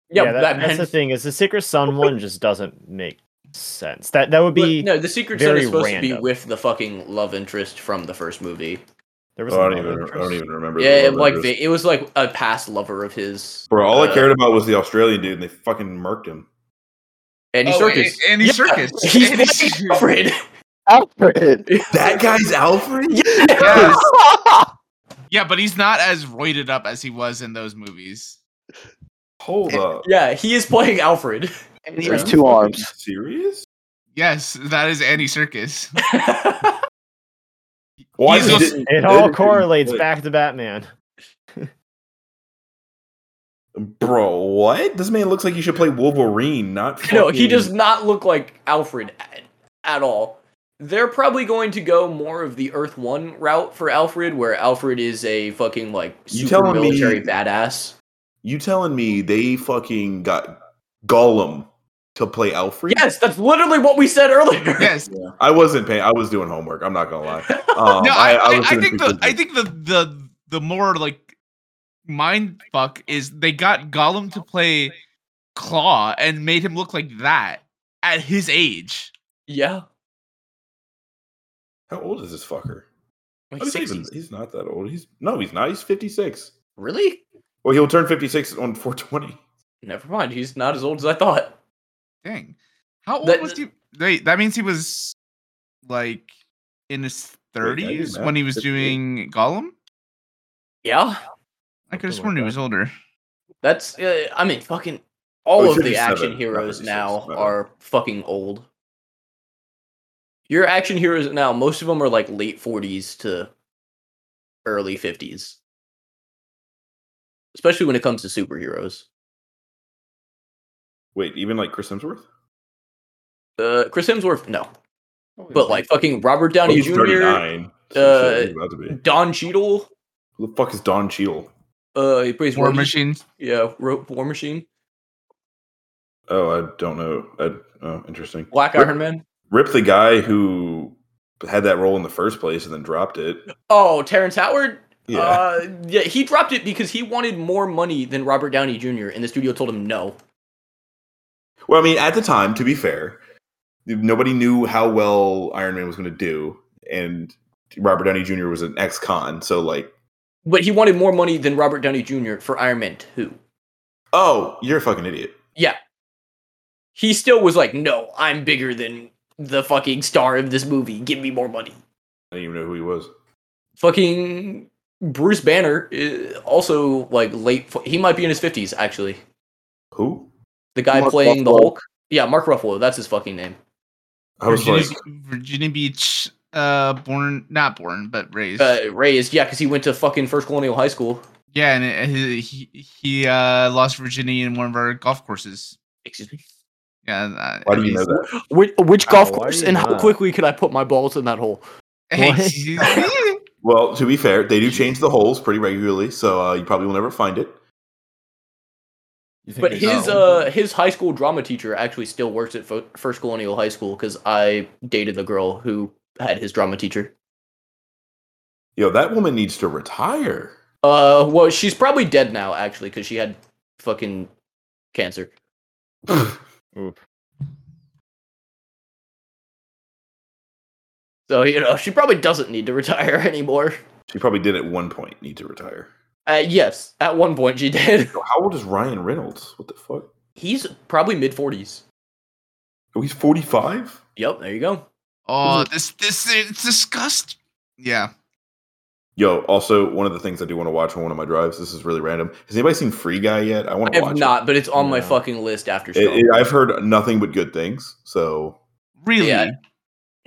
Speaker 5: yeah,
Speaker 7: that-
Speaker 5: Batman.
Speaker 7: that's the thing is the Secret Sun one just doesn't make sense. That that would be
Speaker 5: But no, the Secret Son
Speaker 7: very
Speaker 5: is supposed to be
Speaker 7: random.
Speaker 5: with the fucking love interest from the first movie.
Speaker 7: there was
Speaker 6: Oh, I
Speaker 7: no
Speaker 6: don't even. I don't
Speaker 7: interest.
Speaker 6: even remember. the
Speaker 5: Yeah, it,
Speaker 6: love
Speaker 5: like
Speaker 6: interest.
Speaker 5: it was like a past lover of his,
Speaker 6: bro. All I
Speaker 5: uh,
Speaker 6: cared about was the Australian dude, and they fucking murked him.
Speaker 5: Andy
Speaker 2: Oh,
Speaker 5: Circus.
Speaker 2: A- Andy
Speaker 5: Yeah,
Speaker 2: Circus.
Speaker 6: [LAUGHS]
Speaker 5: He's
Speaker 2: Andy
Speaker 5: fucking
Speaker 2: Serkis.
Speaker 5: Alfred.
Speaker 4: Alfred.
Speaker 6: That guy's Alfred.
Speaker 2: Yes.
Speaker 4: [LAUGHS]
Speaker 2: yeah, but he's not as roided up as he was in those movies.
Speaker 6: Hold up.
Speaker 5: Yeah, he is playing
Speaker 6: [LAUGHS]
Speaker 5: Alfred. [LAUGHS]
Speaker 4: And he
Speaker 6: Are
Speaker 4: has
Speaker 6: you
Speaker 4: two
Speaker 6: fucking
Speaker 4: arms.
Speaker 6: Serious?
Speaker 2: Yes, that is Andy
Speaker 4: [LAUGHS]
Speaker 2: Circus.
Speaker 6: Why
Speaker 2: He's
Speaker 6: he
Speaker 2: also-
Speaker 6: didn't-
Speaker 7: It all
Speaker 6: didn't-
Speaker 7: correlates
Speaker 6: like,
Speaker 7: back to Batman.
Speaker 6: Bro, what? This man looks like he should play Wolverine, not. Fucking...
Speaker 5: no, he does not look like Alfred at, at all. They're probably going to go more of the Earth One route for Alfred, where Alfred is a fucking like
Speaker 6: You
Speaker 5: super
Speaker 6: telling me-
Speaker 5: military badass.
Speaker 6: You telling me they fucking got Gollum to play Alfred?
Speaker 5: Yes, that's literally what we said earlier.
Speaker 2: Yes.
Speaker 6: I wasn't paying. I was doing homework. I'm not
Speaker 2: [LAUGHS]
Speaker 6: gonna lie. Um,
Speaker 2: no, I, I,
Speaker 6: was
Speaker 2: I
Speaker 6: doing
Speaker 2: think the
Speaker 6: pre-production.
Speaker 2: I think the the the more like mind fuck is they got Gollum to play Claw and made him look like that at his age.
Speaker 5: [LAUGHS] Yeah.
Speaker 6: How old is this fucker?
Speaker 5: Like
Speaker 6: What is he even-
Speaker 5: 60s.
Speaker 6: he's not that old. He's no, he's not. He's 56.
Speaker 5: Really?
Speaker 6: Well, he'll turn 56 on 420.
Speaker 5: Never mind. He's not as old as I thought.
Speaker 2: Dang, how old
Speaker 5: That-
Speaker 2: was he? Wait, that means he was like in his
Speaker 6: I did
Speaker 2: thirties
Speaker 6: math.
Speaker 2: when he was
Speaker 6: 58.
Speaker 2: doing Gollum.
Speaker 5: Yeah.
Speaker 2: I could have
Speaker 7: Something
Speaker 2: sworn
Speaker 7: like
Speaker 2: he was older.
Speaker 5: That's. Uh, I mean, fucking. All
Speaker 6: Oh,
Speaker 5: of the
Speaker 6: 57,
Speaker 5: action
Speaker 6: not
Speaker 5: heroes
Speaker 6: 56,
Speaker 5: now
Speaker 6: my bad.
Speaker 5: are fucking old. Your action heroes now, most of them are like late forties to early fifties. Especially when it comes to superheroes.
Speaker 6: Wait, even like Chris Hemsworth?
Speaker 5: Uh, Chris Hemsworth, no, but like fucking Robert Downey
Speaker 6: Well, Oh, he's
Speaker 5: Jr.,
Speaker 6: 39. so shit,
Speaker 5: uh,
Speaker 6: he's about to be.
Speaker 5: Don Cheadle.
Speaker 6: Who the fuck is Don Cheadle?
Speaker 5: Uh, he plays
Speaker 2: War
Speaker 5: Rogue-
Speaker 2: Machine.
Speaker 5: Yeah, Ro- War Machine,
Speaker 6: Oh, I don't know. I, oh, interesting.
Speaker 5: Black
Speaker 6: Rip-
Speaker 5: Iron Man.
Speaker 6: Rip the guy who had that role in the first place and then dropped it.
Speaker 5: Oh, Terrence Howard.
Speaker 6: Yeah.
Speaker 5: Uh, yeah, he dropped it because he wanted more money than Robert Downey Jr. and the studio told him no.
Speaker 6: Well, I mean, at the time, to be fair, nobody knew how well Iron Man was going to do, and Robert Downey Jr. was an ex-con, so like,
Speaker 5: But he wanted more money than Robert Downey Jr. for Iron Man 2.
Speaker 6: oh, you're a fucking idiot.
Speaker 5: He still was like, no, I'm bigger than the fucking star of this movie. Give me more money.
Speaker 6: I didn't even know who he was.
Speaker 5: Fucking Bruce Banner, is also like late. He might be in his 50s, actually.
Speaker 6: Who?
Speaker 5: The guy
Speaker 4: Mark
Speaker 5: playing the
Speaker 4: Ruffalo.
Speaker 5: Hulk. Yeah, Mark Ruffalo. That's his fucking name.
Speaker 6: I was
Speaker 2: Virginia,
Speaker 6: like,
Speaker 2: Virginia Beach. Uh, born not born, but raised.
Speaker 5: Uh, raised, yeah, because he went to fucking First Colonial High School.
Speaker 2: Yeah, and it, he he- he uh, lost virginity in one of our golf courses.
Speaker 5: Excuse me.
Speaker 2: Yeah, and, uh,
Speaker 6: why do you know
Speaker 2: [LAUGHS]
Speaker 6: that?
Speaker 5: Which, which
Speaker 7: Oh,
Speaker 5: golf
Speaker 7: why
Speaker 5: course
Speaker 7: do you
Speaker 5: and how
Speaker 7: not?
Speaker 5: quickly could I put my balls in that hole?
Speaker 2: Hey,
Speaker 6: Well, to be fair, they do change the holes pretty regularly, so uh, you probably will never find it.
Speaker 3: You think
Speaker 5: But
Speaker 3: they
Speaker 5: his
Speaker 3: know?
Speaker 5: uh his high school drama teacher actually still works at Fo- First Colonial High School because I dated the girl who had his drama teacher.
Speaker 6: Yo, that woman needs to retire. [SIGHS]
Speaker 5: Uh, well, she's probably dead now actually because she had fucking cancer. So you know she probably doesn't need to retire [LAUGHS] anymore.
Speaker 6: she probably did at one point need to retire.
Speaker 5: Uh, yes, at one point she did. [LAUGHS]
Speaker 6: Yo, How old is Ryan Reynolds? What the fuck?
Speaker 5: He's probably mid forties.
Speaker 6: Oh, he's 45?
Speaker 5: Yep, there you go.
Speaker 2: [LAUGHS] oh, this this it's disgusting. Yeah,
Speaker 6: Yo, also one of the things I do want to watch on one of my drives. This is really random. Has anybody seen Free Guy yet? I want
Speaker 5: I
Speaker 6: to
Speaker 5: have
Speaker 6: watch
Speaker 5: not, but it's on my
Speaker 7: No.
Speaker 5: fucking list after.
Speaker 6: it. It-
Speaker 5: Strong.
Speaker 6: it- I've heard nothing but good things. So
Speaker 2: really.
Speaker 5: Yeah.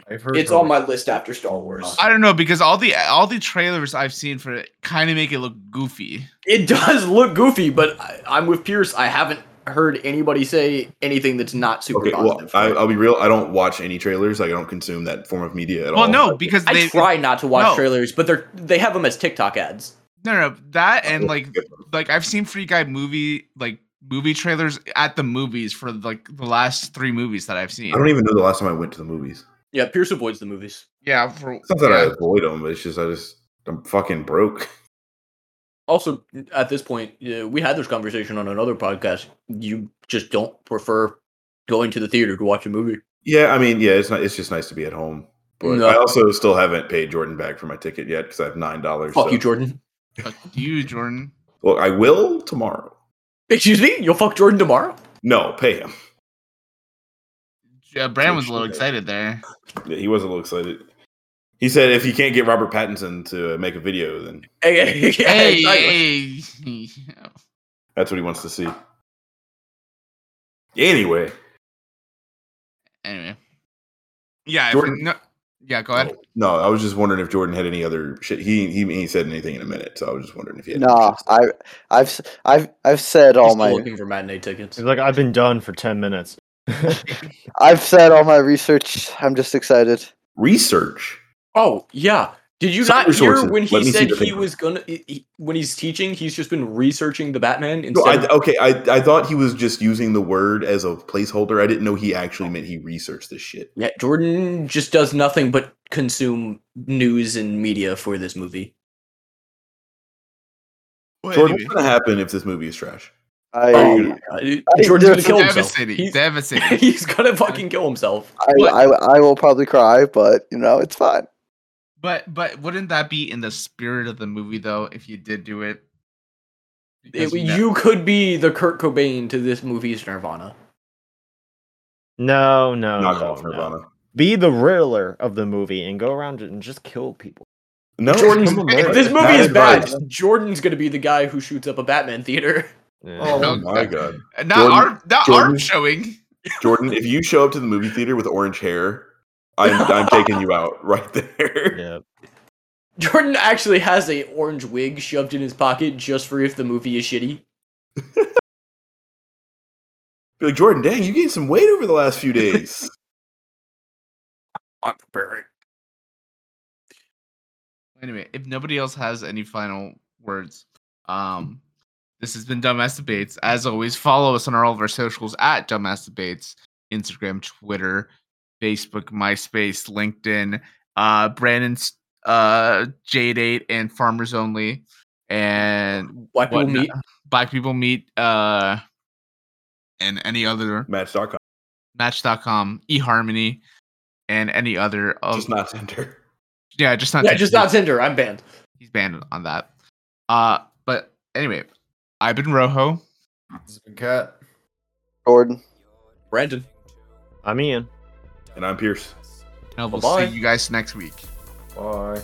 Speaker 3: I've heard
Speaker 5: it's
Speaker 3: her-
Speaker 5: on my list after Star Wars.
Speaker 2: I don't know because all the all the trailers I've seen for it kind of make it look goofy.
Speaker 5: It does [LAUGHS] look goofy, but I, I'm with Pierce. I haven't heard anybody say anything that's not super
Speaker 6: okay, well,
Speaker 5: positive.
Speaker 6: I, I'll be real. I don't watch any trailers. Like I don't consume that form of media at
Speaker 2: Well,
Speaker 6: all.
Speaker 2: no, because
Speaker 5: I
Speaker 2: they
Speaker 5: try not to watch
Speaker 2: no.
Speaker 5: trailers, but they're they have them as TikTok ads.
Speaker 6: Oh,
Speaker 2: no no that and like like I've seen Free Guy movie like movie trailers at the movies for like the last three movies that I've seen.
Speaker 6: I don't even know the last time I went to the movies.
Speaker 5: Yeah, Pierce avoids the movies.
Speaker 2: yeah, for
Speaker 6: It's not that I
Speaker 2: yeah.
Speaker 6: avoid them, but it's just I just I'm fucking broke. [LAUGHS]
Speaker 5: Also, at this point, uh, we had this conversation on another podcast. You just don't prefer going to the theater to watch a movie.
Speaker 6: Yeah, I mean, yeah, it's not. It's just nice to be at home. But
Speaker 5: No.
Speaker 6: I also still haven't paid Jordan back for my ticket yet because I have nine dollars.
Speaker 5: Fuck you, Jordan.
Speaker 2: Fuck you, Jordan.
Speaker 6: Well, I will tomorrow.
Speaker 5: Excuse me? You'll fuck Jordan tomorrow? [LAUGHS]
Speaker 6: No, pay him.
Speaker 2: Yeah, Brand was a
Speaker 6: shit
Speaker 2: little
Speaker 6: there.
Speaker 2: excited there.
Speaker 6: Yeah, he was a little excited. He said, "If you can't get Robert Pattinson to make a video, then
Speaker 5: Hey,
Speaker 2: [LAUGHS]
Speaker 5: yeah,
Speaker 2: hey, hey.
Speaker 5: exactly.
Speaker 2: [LAUGHS]
Speaker 6: that's what he wants to see." Anyway,
Speaker 2: anyway. Yeah, if
Speaker 6: Jordan-
Speaker 2: we- no, yeah, go
Speaker 5: [LAUGHS]
Speaker 2: ahead.
Speaker 6: no, I was just wondering if Jordan had any other shit. He he, he said anything in a minute, so I was just wondering if he had. any
Speaker 4: Nah,
Speaker 6: shit.
Speaker 4: I, I've, s- I've, I've said all
Speaker 5: He's still
Speaker 4: my,
Speaker 5: looking for matinee tickets.
Speaker 7: He's like, I've been done for ten minutes. [LAUGHS]
Speaker 4: I've said all my research. I'm just excited.
Speaker 6: research.
Speaker 5: Oh yeah. Did you
Speaker 6: Some
Speaker 5: not hear
Speaker 6: resources.
Speaker 5: when he
Speaker 6: Let me see
Speaker 5: said
Speaker 6: the
Speaker 5: he
Speaker 6: paper.
Speaker 5: was gonna? he- he- when he's teaching, he's just been researching the Batman
Speaker 6: No,
Speaker 5: instead.
Speaker 6: I,
Speaker 5: of,
Speaker 6: okay, I I thought he was just using the word as a placeholder. I didn't know he actually meant he researched this shit.
Speaker 5: yeah, Jordan just does nothing but consume news and media for this movie.
Speaker 2: Well,
Speaker 6: Jordan,
Speaker 2: anyway.
Speaker 6: what's gonna happen if this movie is trash?
Speaker 4: I,
Speaker 5: Oh my God. Jordan's gonna
Speaker 4: there's
Speaker 5: kill himself.
Speaker 2: Devastating.
Speaker 5: He's,
Speaker 2: Devastating.
Speaker 5: [LAUGHS] he's gonna fucking kill himself.
Speaker 4: I, I, I will probably cry, but you know, it's fine.
Speaker 2: But but wouldn't that be in the spirit of the movie though? If you did do it, Because
Speaker 5: It-
Speaker 2: no-
Speaker 5: you could be the Kurt Cobain to this movie's Nirvana.
Speaker 7: No, no,
Speaker 6: Knock
Speaker 7: no,
Speaker 5: Oh,
Speaker 6: off Nirvana.
Speaker 7: no. Be the Riddler of the movie and go around and just kill people.
Speaker 6: No,
Speaker 5: Jordan's-
Speaker 6: come on,
Speaker 5: If
Speaker 6: man.
Speaker 5: this movie
Speaker 6: Not
Speaker 5: is bad,
Speaker 6: advised.
Speaker 5: Jordan's gonna be the guy who shoots up a Batman theater. [LAUGHS]
Speaker 7: Yeah.
Speaker 3: Oh,
Speaker 6: Oh my god,
Speaker 2: Uh, not
Speaker 6: Jordan-
Speaker 2: arm, not arm
Speaker 6: Jordan-
Speaker 2: showing.
Speaker 6: Jordan! If you show up to the movie theater with orange hair, I'm I'm taking you out right there.
Speaker 7: Yeah.
Speaker 5: Jordan actually has a orange wig shoved in his pocket just for if the movie is shitty.
Speaker 6: Be like Jordan, dang, you gained some weight over the last
Speaker 5: [LAUGHS]
Speaker 6: few days.
Speaker 5: I'm preparing.
Speaker 2: Anyway, if nobody else has any final words, um, this has been Dumbass Debates. As always, follow us on all of our socials at Dumbass Debates, Instagram, Twitter, Facebook, MySpace, LinkedIn, uh, Brandon's uh, Jade Eight, and Farmers Only, and
Speaker 5: Black people
Speaker 2: whatnot.
Speaker 5: meet.
Speaker 2: Black People Meet, uh, and any other
Speaker 6: Match.com,
Speaker 2: Match.com, eHarmony, and any other
Speaker 5: Um,
Speaker 2: of
Speaker 6: just not Tinder.
Speaker 2: yeah, just not
Speaker 5: Yeah,
Speaker 2: to-
Speaker 5: just not Tinder. I'm banned.
Speaker 2: he's banned on that. Uh, but anyway, I've been Rojo.
Speaker 3: This has been Cat.
Speaker 4: Jordan.
Speaker 5: Brandon.
Speaker 7: I'm Ian.
Speaker 6: And I'm Pierce.
Speaker 2: and we'll
Speaker 5: Bye-bye.
Speaker 2: see you guys next week.
Speaker 3: Bye.